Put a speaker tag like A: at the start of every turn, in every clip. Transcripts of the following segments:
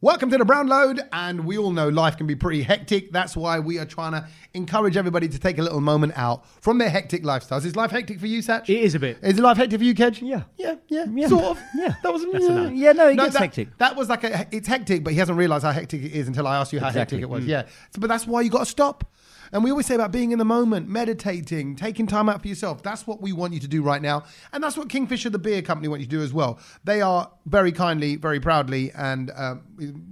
A: Welcome to the Brown Load, and we all know life can be pretty hectic. That's why we are trying to encourage everybody to take a little moment out from their hectic lifestyles. Is life hectic for you, Satch?
B: It is a bit.
A: Is life hectic for you, Kedge?
C: Yeah.
A: yeah, yeah,
C: Yeah.
A: sort of.
C: Yeah.
A: that was
B: That's enough.
C: Yeah, no, it gets
A: that,
C: hectic.
A: That was like a it's hectic, but he hasn't realised how hectic it is until I asked you how
C: Exactly.
A: hectic it was. Yeah, So- but that's why you got to stop. And we always say about being in the moment, meditating, taking time out for yourself. That's what we want you to do right now, and that's what Kingfisher the beer company want you to do as well. They are very kindly, very proudly, and um,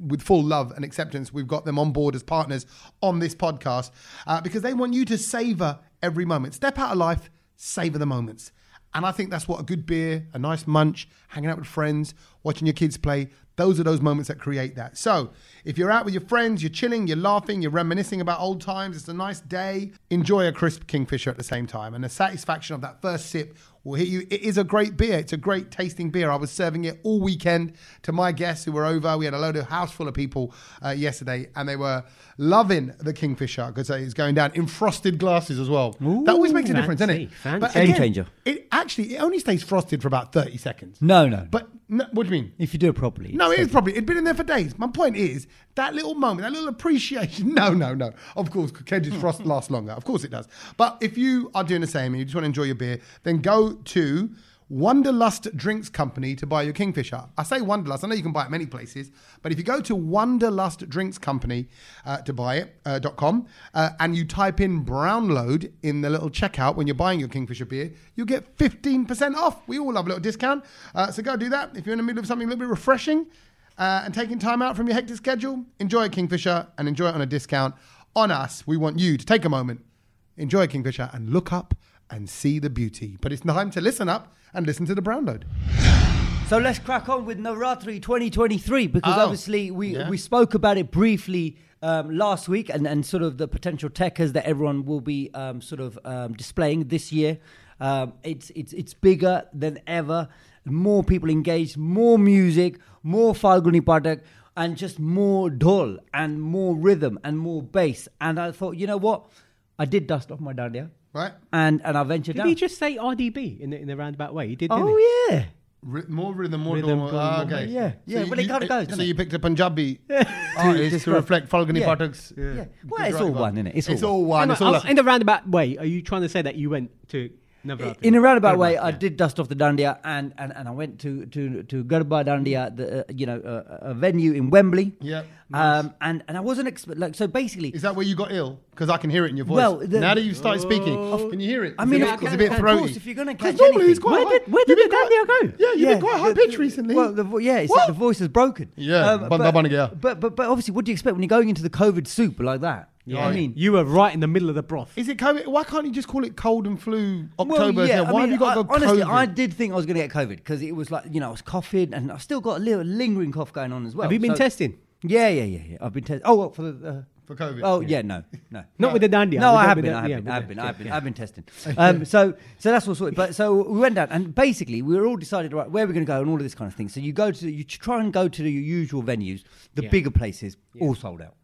A: with full love and acceptance, we've got them on board as partners on this podcast uh, because they want you to savor every moment, step out of life, savor the moments. And I think that's what a good beer, a nice munch, hanging out with friends, watching your kids play, those are those moments that create that. So if you're out with your friends, you're chilling, you're laughing, you're reminiscing about old times, it's a nice day, enjoy a crisp Kingfisher at the same time. And the satisfaction of that first sip will hit you. It is a great beer. It's a great tasting beer. I was serving it all weekend to my guests who were over. We had a load of house full of people uh, yesterday and they were loving the Kingfisher because it's going down in frosted glasses as well. that always makes a difference, doesn't it?
B: fancy,
A: But
C: fancy. Game changer.
A: it actually it only stays frosted for about thirty seconds.
C: No, no.
A: But no, what do you mean?
C: if you do it properly.
A: No, it is probably it'd been in there for days. My point is that little moment, that little appreciation. No, no, no. Of course, Kedge's frost lasts longer. Of course, it does. But if you are doing the same and you just want to enjoy your beer, then go to Wonderlust Drinks Company to buy your Kingfisher. I say Wonderlust. I know you can buy it many places, but if you go to Wonderlust Drinks Company uh, to buy it uh, dot com uh, and you type in Brownload in the little checkout when you're buying your Kingfisher beer, you'll get fifteen percent off. We all love a little discount, uh, so go do that if you're in the middle of something a little bit refreshing uh, and taking time out from your hectic schedule, enjoy Kingfisher and enjoy it on a discount. On us, we want you to take a moment, enjoy Kingfisher, and look up and see the beauty. But it's time to listen up and listen to the brown load.
C: So let's crack on with Navratri 2023 because
A: Oh,
C: obviously we,
A: yeah.
C: we spoke about it briefly um, last week and, and sort of the potential tekkers that everyone will be um, sort of um, displaying this year. Um, it's, it's, it's bigger than ever, more people engaged, more music, more Falguni Patak, and just more dhol and more rhythm and more bass. And I thought, you know what? I did dust off my dandia
A: Right?
C: and, and I ventured
B: Did
C: down.
B: he just say RDB in the, in the roundabout way? He did, didn't he?
C: oh, yeah.
A: R- more rhythm, more
B: Rhythm,
A: normal.
B: more
A: Ah,
B: normal,
A: okay.
C: yeah. Yeah,
A: you-
C: well, it
A: you-
C: kinda goes,
A: So
C: doesn't
A: you
C: it?
A: picked a Punjabi
C: To
A: artist to
C: describe-
A: reflect Falguni
C: Yeah.
A: Patak's.
C: Yeah. Well, it's all one, innit?
A: It's,
C: It's
A: it's
C: all
A: all one.
B: Hang
A: It's
B: on,
A: all
B: in the roundabout way, are you trying to say that you went to Navratri?
C: in a roundabout way,
B: Roundabout,
C: I
B: yeah.
C: did dust off the dandia, and, and, and I went to to to Garba Dandia, the uh, you know uh, a venue in Wembley.
A: Yeah,
C: Um, and and I wasn't expect like so basically.
A: Is that where you got ill? Because I can hear it in your voice.
C: Well, the-
A: now that you've started speaking, can you hear it?
C: I mean,
A: it's, a
C: of
A: bit- it's a
C: course-
A: bit
C: of
A: throaty.
C: course, if you're gonna
A: 'Cause
C: catch
A: normally he's
C: anything-
A: quite
B: Where
A: high-
B: did- where
A: you've
B: did
A: been
B: the dandy
A: quite- Yeah,
B: go?
A: you've been quite
C: the-
A: high pitched
C: the-
A: recently.
C: Well, the, vo- yeah, it's
A: What?
C: like the voice is broken. Um,
A: Yeah, banda banda gaya.
C: but, but but obviously, what do you expect when you're going into the COVID soup like that? You know what I mean,
B: you were right in the middle of the broth.
A: Is it COVID? Why can't you just call it cold and flu
C: Well,
A: October?
C: yeah,
A: yeah,
C: I
A: Why have
C: mean,
A: you got
C: I-
A: to go
C: honestly,
A: COVID?
C: I did think I was going to get COVID because it was like you know I was coughing and I still got a little lingering cough going on as well.
B: Have you been
C: So-
B: testing?
C: Yeah, yeah, yeah, yeah. I've been tested. Oh, what, for the uh,
A: For COVID?
C: Oh, yeah, no, no.
B: Not with the dandy.
C: No,
B: with
C: I
B: the-
C: have
B: with
C: been.
B: the-
C: I have
B: yeah,
C: been.
B: with
C: I've
B: the-
C: been. I've been. I've been testing. Um, so, so that's what's. But so we went down, and basically we were all decided right where we're going to go and all of this kind of thing. So you go to you try and go to your usual venues, the
B: Yeah.
C: bigger places, all sold out.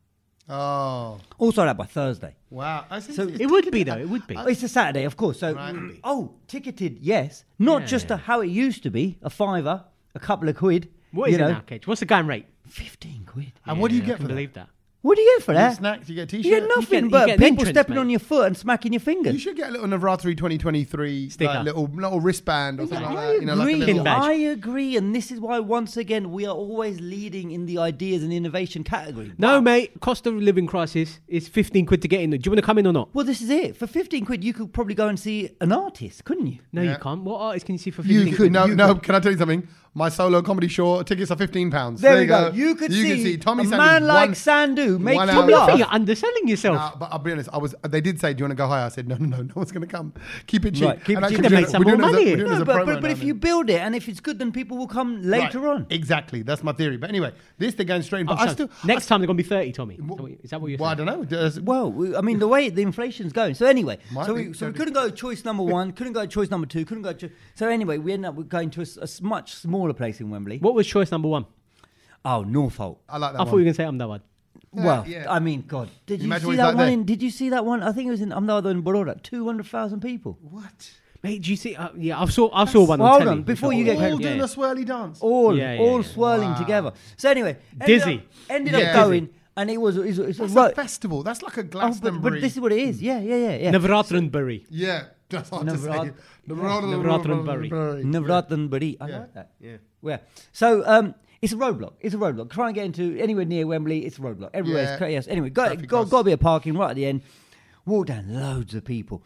A: oh,
C: All sold out by Thursday.
A: wow. I see-
C: So-
B: It would be though. It would be.
C: It's a Saturday, of course. So
A: Right.
C: oh, ticketed, yes, not just a, how it used to be, a fiver, a couple of quid.
B: What is
C: you
B: it
C: know,
B: now, Cage? What's the going rate?
C: Fifteen quid.
A: and what do you
B: Yeah, I
A: get for
B: can
A: that?
B: believe that?
C: What do you get for
A: You
C: that?
A: get snacks, you get t
C: You get
A: shirt.
C: nothing
B: you
C: but
B: get an
C: people
B: entrance,
C: stepping
B: mate.
C: on your foot and smacking your fingers.
A: You should get a little Navratri 2023
B: Sticker.
A: like, little, little wristband or something like
C: I
A: that. uh, You know, like a
C: agree.
A: little,
B: badge.
C: I agree, and this is why once again we are always leading in the ideas and innovation category.
B: No, mate. Cost of living crisis is fifteen quid to get in. Do you want to come in or not?
C: Well, this is it. For fifteen quid, you could probably go and see an artist, couldn't you?
B: No,
A: Yeah.
B: you can't. What artist can you see for fifteen?
A: you could, no,
B: quid?
A: no, can I tell you something? My solo comedy show tickets are £15. pounds.
C: There, we
A: you
C: go. You could see,
A: Tommy
C: a
A: Sanders
C: man like
A: one-
C: Sandu make
A: one
C: you
A: hour.
B: Tommy, I
C: laugh.
B: think you're underselling yourself.
A: Nah, but I'll be honest. I was. They did say, "Do you want to go higher?" I said, "No, no, no. No one's going to come. Keep it cheap."
C: Right, keep
A: And
C: it
A: actually,
C: cheap.
A: we're
C: Then
A: doing
B: make some
A: we're doing
B: more
A: it as a-
B: money.
A: we're doing it
C: No,
A: as a
C: but,
A: promo
C: but, but
A: now,
C: if
A: man.
C: you build it and if it's good, then people will come later
A: Right,
C: on.
A: exactly. That's my theory. But anyway, this they're going straight. in. But
B: Oh,
A: I
B: so
A: still
B: next
A: I,
B: time they're going to be thirty, Tommy. Is that what-
A: Well,
B: Is that what you're
A: Well, I
B: saying?
A: don't know. Does-
C: Well, we- I mean, the way the inflation's going. So anyway,
A: Might
C: so
A: be,
C: we, so we
A: don't
C: couldn't go to choice number one, couldn't go to choice number two, couldn't go to. Cho- so anyway, we ended up with going to a, s- a s- much smaller place in Wembley.
B: What was choice number one?
C: Oh, Norfolk.
A: I like that.
B: I
A: one.
B: thought you were going to say I'm that one.
C: well,
A: yeah.
C: I mean, God, did you
A: Imagine what
C: see
A: it's
C: that
A: like
C: one?
A: there.
C: In, did you see that one? I think it was in Amdada in Baroda. Two hundred thousand people.
A: What?
B: Hey, do you see? Uh, yeah, I saw. I saw one.
C: Hold
B: on,
C: on,
B: telly.
C: before
B: Yeah.
C: you get Oh,
A: all
C: carried-
A: Oh, doing
B: Yeah.
A: a swirly dance.
C: all
B: Yeah, yeah,
C: all
B: yeah.
C: swirling together. So anyway, ended
B: Dizzy.
C: up- ended
A: Yeah.
C: up going, and it was it's, it's a
A: That's
C: ro-
A: a festival. That's like a
C: oh, but,
A: Glastonbury.
C: but this is what it is. Yeah, yeah, yeah, yeah.
B: Navaratranburi.
A: yeah, that's hard
C: Navrat-
A: to say. Navrat-
B: Navratranbari.
C: Navratanburi. I
A: Yeah.
C: like that. Yeah. Well, so um, it's a roadblock. It's a roadblock. Try and get into anywhere near Wembley. It's a roadblock. Everywhere's
A: Yeah.
C: cra- yes. Anyway, got
A: Traffic
C: got,
A: bus.
C: got a bit of parking right at the end. Walk down loads of people.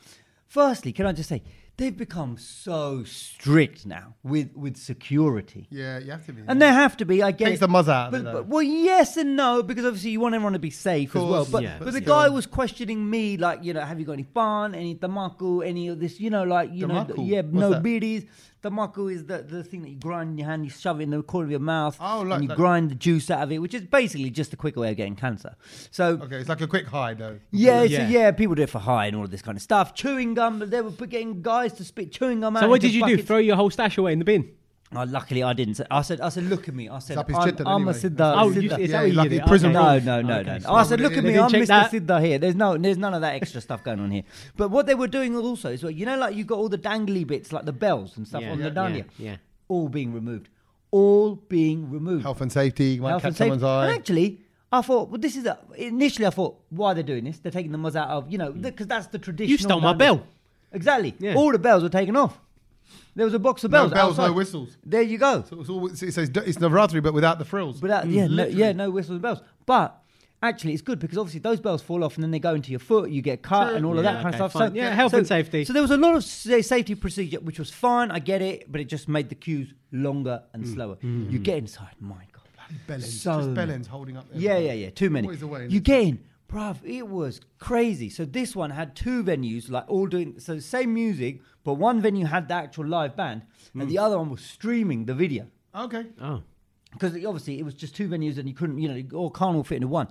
C: Firstly, can I just say they've become so strict now with with security.
A: Yeah, you have to be.
C: And there have to be, I guess.
A: Takes the muzz out of
C: but,
A: it, though.
C: but- Well, yes and no, because obviously you want everyone to be safe as
A: Course,
C: well. But,
B: yeah,
C: but
B: but
C: the
A: still.
C: guy was questioning me, like, you know, have you got any bun, any tamaku, any of this, you know, like, you know,
A: Tamaku?
C: yeah,
A: What's
C: no
A: that?
C: biddies. Tamaku is the, the thing that you grind in your hand, you shove it in the corner of your mouth,
A: Oh, like
C: and you
A: that.
C: grind the juice out of it, which is basically just a quick way of getting cancer. So,
A: okay, it's like a quick high though.
C: yeah, yeah.
B: Yeah.
C: So, yeah, people do it for high and all of this kind of stuff. Chewing gum, but they were getting guys to spit chewing gum out.
B: So what
C: into
B: did you do?
C: buckets.
B: Throw your whole stash away in the bin?
C: Oh, luckily, I didn't. Say, I said, I said, look at me. I said,
A: up his
C: I'm,
A: chit then
C: I'm a
A: anyway.
C: Siddha.
B: Oh, you-
C: Siddha.
B: it's
A: Yeah,
B: how you
A: like
B: did
A: the
B: it.
A: prison
B: Okay.
C: No,
A: rules.
C: no, no,
B: Okay,
C: no. no.
B: so
C: I said,
A: what
C: look
A: it
C: at
A: is.
C: me,
B: They
C: I'm
B: didn't
C: Mr.
B: check that.
C: Siddha here. There's no, there's none of that extra stuff going on here. But what they were doing also is, well, you know, like you got all the dangly bits, like the bells and stuff
B: Yeah,
C: on the
B: yeah,
C: danya,
B: yeah, yeah.
C: all being removed, all being removed.
A: Health and safety. You might
C: Health
A: catch
C: and safety.
A: someone's
C: And
A: eye.
C: actually, I thought, well, this is a, initially I thought, why are they doing this? They're taking the muzz out of, you know, because that's the traditional.
B: Mm. stole my
C: danya.
B: bell.
C: Exactly.
B: Yeah.
C: All the bells were taken off. There was a box of
A: No
C: bells.
A: bells, no
C: outside.
A: whistles.
C: There you go.
A: So it's all, it's, it's, it's Navratri, but without the frills.
B: Mm,
C: But that, yeah, no, yeah, no whistles and bells. But actually, it's good because obviously those bells fall off and then they go into your foot. You get cut
A: True.
C: and all of
B: Yeah,
C: that kind
B: okay,
C: of stuff.
B: fine. Yeah, health and safety.
C: So there was a lot of sa- safety procedure, which was fine. I get it, but it just made the queues longer and
B: Mm.
C: slower. You get inside, my God.
A: Bellends,
C: So
A: just
C: many.
A: Bellends holding up.
C: Yeah, yeah,
A: everyone.
C: yeah. Too many.
A: Always the way in
C: You
A: this
C: get in, bruv. It was crazy. So this one had two venues, like all doing so same music, but one venue had the actual live band, and
B: Mm.
C: the other one was streaming the video
A: Okay.
B: Oh,
C: because obviously it was just two venues and you couldn't, you know, all can't all fit into one.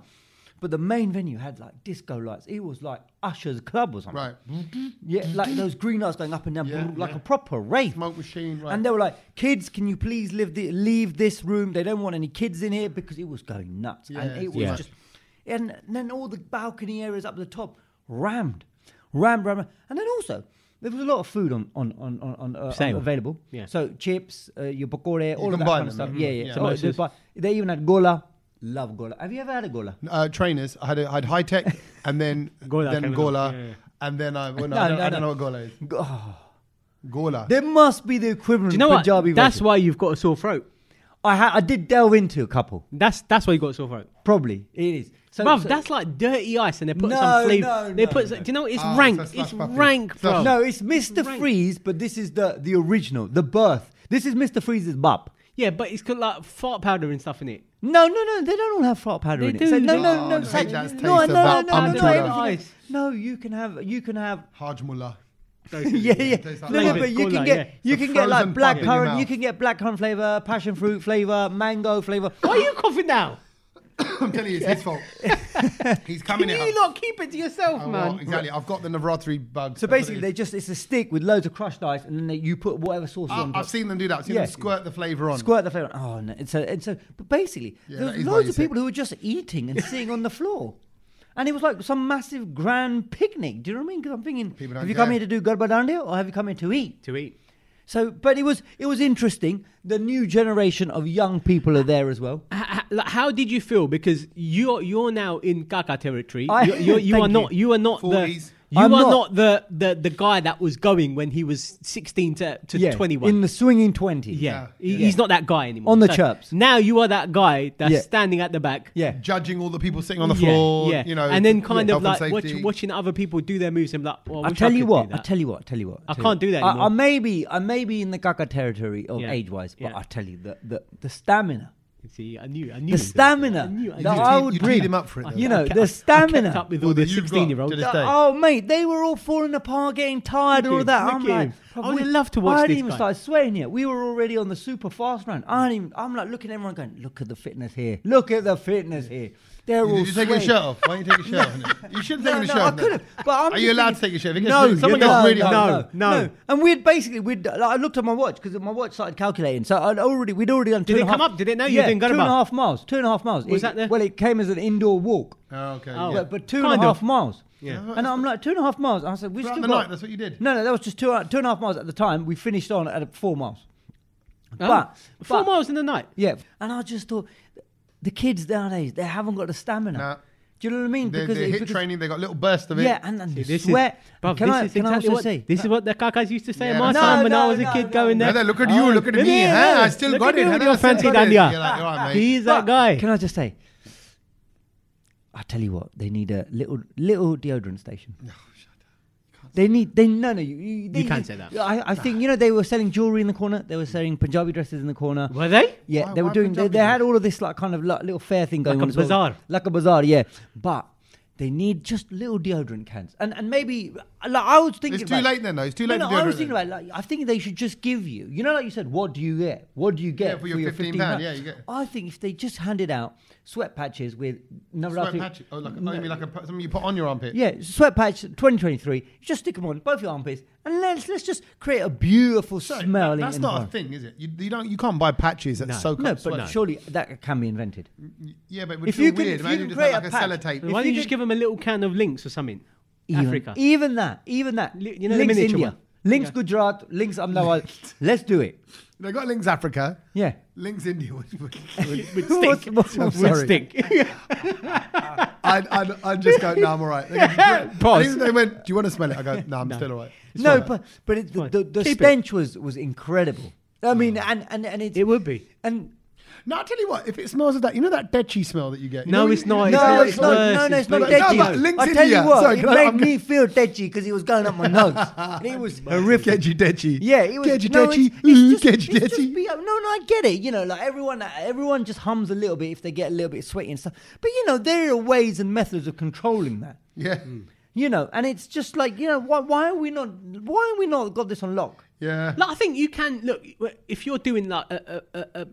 C: But the main venue had like disco lights. It was like Usher's club or something.
A: Right.
C: Yeah, like those green lights going up and down,
A: Yeah,
C: like
A: yeah.
C: a proper rave.
A: Smoke machine. Right.
C: And they were like, "Kids, can you please leave, the, leave this room? They don't want any kids in here because it was going nuts."
A: Yeah,
C: and it
A: it's
C: was
A: too much.
C: just, and then all the balcony areas up the top rammed, rammed, rammed, and then also there was a lot of food on on on on, on, uh,
B: Sale.
C: available.
B: Yeah.
C: So chips, uh, your pakora, all of
A: can
C: that
A: buy
C: kind of
A: them,
C: stuff.
A: yeah.
C: Yeah, yeah.
A: Yeah.
C: So they,
B: Samosas.
C: buy, they even had gola. Love gola. Have you ever had a gola?
A: uh, trainers. I had a, I had high tech, and then
B: Gola
A: then
B: came
A: Gola,
B: along. Yeah, yeah.
A: and then I, well, no,
C: No,
A: I, don't,
C: no,
A: I don't
C: no.
A: know what Gola is.
C: Oh,
A: Gola.
C: there must be the equivalent
B: do you know what?
C: Punjabi
B: That's
C: version.
B: why you've got a sore throat.
C: I ha- I did delve into a couple.
B: That's that's why you got a sore throat.
C: Probably it is. So,
B: bruv,
C: so-
B: that's like dirty ice, and they put
C: No,
B: some flavor.
C: no,
B: they
C: no,
B: put.
C: no.
B: Do you know what? it's
A: Ah,
B: rank?
A: so slush
B: it's
A: puppy.
B: rank,
A: Slush-
B: bro.
C: No, it's Mr.
B: Right.
C: Freeze, but this is the the original, the birth. This is Mr. Freeze's bop.
B: Yeah, but it's got like fart powder and stuff in it.
C: No, no, no, they don't all have fart powder
B: They
C: in it.
B: do.
C: So, no,
B: Oh,
C: no, no,
A: I
C: such-
A: hate that
C: no, no,
A: taste of
C: no,
A: that
C: no, no,
B: Amtula.
C: no, everything-
B: Ice.
C: no, you can have, you can have,
A: Hajmullah.
C: yeah, yeah,
A: tastes
C: no,
A: like
C: no,
A: ice.
C: but you
B: Cola,
C: can get,
B: yeah.
C: you
A: It's a
C: can get like
A: frozen bub
C: black
A: in your
C: currant, you
A: mouth.
C: can get black currant flavor, passion fruit flavor, mango flavor.
B: Why are you coughing now?
A: I'm telling you, it's his fault. He's coming
B: Can
A: out.
B: you lot keep it to yourself,
A: I
B: man?
A: want- exactly. I've got the Navratri bug.
C: So basically, they just it's a stick with loads of crushed ice, and then they, you put whatever sauce on
A: I've,
C: top.
A: I've seen them do that. I've seen
C: Yeah.
A: them squirt the flavour on.
C: Squirt the flavor. Oh, no. And so, and so, but basically,
A: Yeah,
C: there
A: that
C: was
A: is how
C: loads
A: you
C: of
A: say-
C: people who were just eating and sitting on the floor. And it was like some massive grand picnic. Do you know what I mean? Because I'm thinking,
A: People
C: have
A: don't
C: you come
A: care.
C: here to do garba dandiya or have you come here to eat?
B: To eat.
C: So, but it was it was interesting. The new generation of young people are there as well.
B: How, how did you feel? Because you're you're now in Kaka territory.
C: I-
B: you're, you're, you
C: Thank
B: are
C: you.
B: not you are not
A: Forties.
B: the you
C: I'm
B: are not,
C: not-
B: the, the the guy that was going when he was sixteen to, to
C: yeah,
B: twenty one.
C: in the swinging twenties.
B: yeah.
A: Yeah.
B: He- he's
C: Yeah.
B: not that guy anymore.
C: On the chirps.
B: Now you are that guy that's
C: Yeah.
B: standing at the back.
C: yeah.
A: Judging all the people sitting on the
B: Yeah,
A: floor.
B: yeah.
A: You know,
B: and then kind of
A: health
B: like
A: and
B: watch,
A: safety.
B: watching other people do their moves. I'm like, well, I,
C: I
B: wish
C: tell
B: I
C: you
B: could
C: what.
B: do
C: I
B: that.
C: tell you what. I tell you what.
B: I
C: tell you
B: can't
C: what.
B: do that
C: I, I
B: anymore.
C: may be. I may be in the caca territory of
B: Yeah.
C: age wise, but
B: Yeah.
C: I tell you the, the the stamina,
B: See, I knew, I knew
C: the
B: he was
C: stamina
B: gonna do that. I knew, I
C: that
A: You
B: knew.
C: I
A: teed-
C: would
A: you teed
C: bring.
A: him up for it, though.
C: You know
B: I kept-
C: the
B: I
C: stamina.
B: kept up with
A: Well,
B: all the
A: that you've got
B: sixteen-year-olds.
A: to this day.
C: Oh mate, they were all falling apart, getting tired,
B: Look
C: all
B: at
C: that.
B: him,
C: I'm
B: look at
C: like,
B: him. I
C: we-
B: would love to watch
C: I didn't
B: this
C: even
B: guy.
C: start sweating yet. We were already on the super fast round. I didn't even, I'm like looking at everyone going, look at the fitness here, look at the fitness here. They're all
A: Did you take your
C: swayed.
A: shirt off? Why don't you take your shirt off? You should take
C: No,
A: your
C: no,
A: shirt
C: I
A: off.
C: could have. But I'm
A: Are
C: just
A: you allowed to
C: thinking-
A: take your shirt off? Because
B: No,
A: someone goes
B: you're not.
A: really
B: No,
A: hard.
B: no.
C: And we'd basically we'd like, I looked at my watch because my watch started calculating. So I'd already we'd already done. Two
B: Did it
C: and a
B: come
C: half-
B: up? Did it know you
C: yeah,
B: didn't go
C: two and a
B: above?
C: half miles? Two and a half miles.
B: Was
C: It-
B: that the-
C: Well, it came as an indoor walk,
A: Oh, okay.
B: Oh.
A: yeah.
C: but, but two and a half
B: Kind of.
C: miles.
B: Yeah.
C: And I'm like two and a half miles. I said we
A: Throughout
C: still
A: the
C: got-
A: night, that's what you did?
C: No, no, that was just two two and a half miles at the time. We finished on at four miles. But-
B: four
C: but-
B: miles in the night.
C: Yeah, and I just thought the kids nowadays they haven't got the stamina.
A: Nah.
C: Do you know what I mean?
A: They, they
C: it-
A: hit training, they got little bursts of it.
C: Yeah, and, and
B: See,
C: the
B: this
C: sweat.
B: is, bruv,
C: can
B: this
C: I,
B: is
C: can I
B: exactly
C: also
B: what,
C: say
B: this is what the kakas used to say
A: Yeah,
B: at my
A: no,
B: time when
C: no,
B: I was a
C: no,
B: kid
C: no.
B: going there. Oh,
A: Heather, look at you, look at me. huh? I still
B: look
A: got
B: at
A: it.
B: you with
A: Heather,
B: your
A: I still
B: fancy
A: got it.
B: dandia.
A: You're like, all right, mate.
B: He's that guy.
C: Can I just say? I tell you what, they need a little little deodorant station. They need. They no no. You, you, they
B: You can't
C: need-
B: say that.
C: I, I think you know they were selling jewelry in the corner. They were selling Punjabi dresses in the corner.
B: Were they?
C: Yeah,
A: Why-
C: they were
A: why
C: doing. They,
A: Punjabi
C: they had all of this like kind of like, little fair thing going
B: Like a
C: on, as well.
B: bazaar.
C: like a bazaar. Yeah, but they need just little deodorant cans, and and maybe like I was thinking.
A: It's too
C: about-
A: late then, though. It's too late
C: No,
A: to
C: no,
A: do
C: I was
A: it.
C: thinking about like I think they should just give you. You know, like you said, what do you get? What do you get
A: for your 15 pound? Yeah, you get-
C: I think if they just handed out sweat patches with
A: Sweat
C: Navratri,
A: patch. Oh, like, oh, you mean like a, pa- something you put on your armpit?
C: yeah, sweat patch 2023. Just stick them on both your armpits, and let's let's just create a beautiful
A: So,
C: smelling.
A: That's not a
C: environment.
A: thing, is it? You, you don't. You can't buy patches that
B: No.
A: soak
C: No,
A: up
C: but
A: sweat.
C: surely that can be invented.
A: Yeah, but it would
C: If
A: feel
C: you can-
A: weird.
C: if you
A: Imagine
C: can
A: just
C: create
A: like
C: a
A: a
C: patch-
A: sellotape.
B: Why
C: If
B: don't
C: you
B: you just
C: did-
B: give him a little can of links or something?
C: Even,
B: Africa.
C: Even that. Even that.
B: Li- you know the
C: links
B: miniature
C: India.
B: one?
C: Links
B: Yeah.
C: Gujarat. Links Amdawad. Let's do it.
A: They got links Africa,
C: Yeah.
A: links India. would- would-
B: Would
C: What's-
B: stink.
C: what's- I'm sorry.
B: Would stink.
A: I'd, I'd, I'd just go, no, I'm all right. They go,
B: Pause.
A: And even they went, do you want to smell it? I go, no, I'm still all right. It's
C: no,
A: fine.
C: but but it, the,
B: fine.
C: the, the
B: Keep it. Mm.
C: stench was was incredible. I mean, and and and it's,
B: It would be.
C: And
A: no, I'll tell you what, if it smells of that, you know that detchy smell that you get? You
B: No,
A: know,
B: it's
A: you- you-
B: not.
A: you
C: no,
A: know,
B: like
C: it's not.
B: worse,
C: No, no,
B: it's
C: it's not
A: worse.
C: deji.
A: No, but links
C: I
A: in
C: tell
A: here.
C: you what,
A: Sorry,
C: it
A: can I-
C: made
A: I'm-
C: me feel deji because it was going up my nose. And it was horrific.
A: Getchy detchy.
C: Yeah, it was.
A: Getchy
C: no,
A: detchy.
C: It's, it's
A: Ooh,
C: just,
A: getchy
C: it's just
A: detchy.
C: be- uh, no, no, I get it. You know, like everyone, uh, everyone just hums a little bit if they get a little bit sweaty and stuff. But you know, there are ways and methods of controlling that.
A: Yeah.
C: You know, and it's just like you know, why, why are we not? Why are we not got this on lock?
A: Yeah.
B: Like, I think you can look if you're doing like a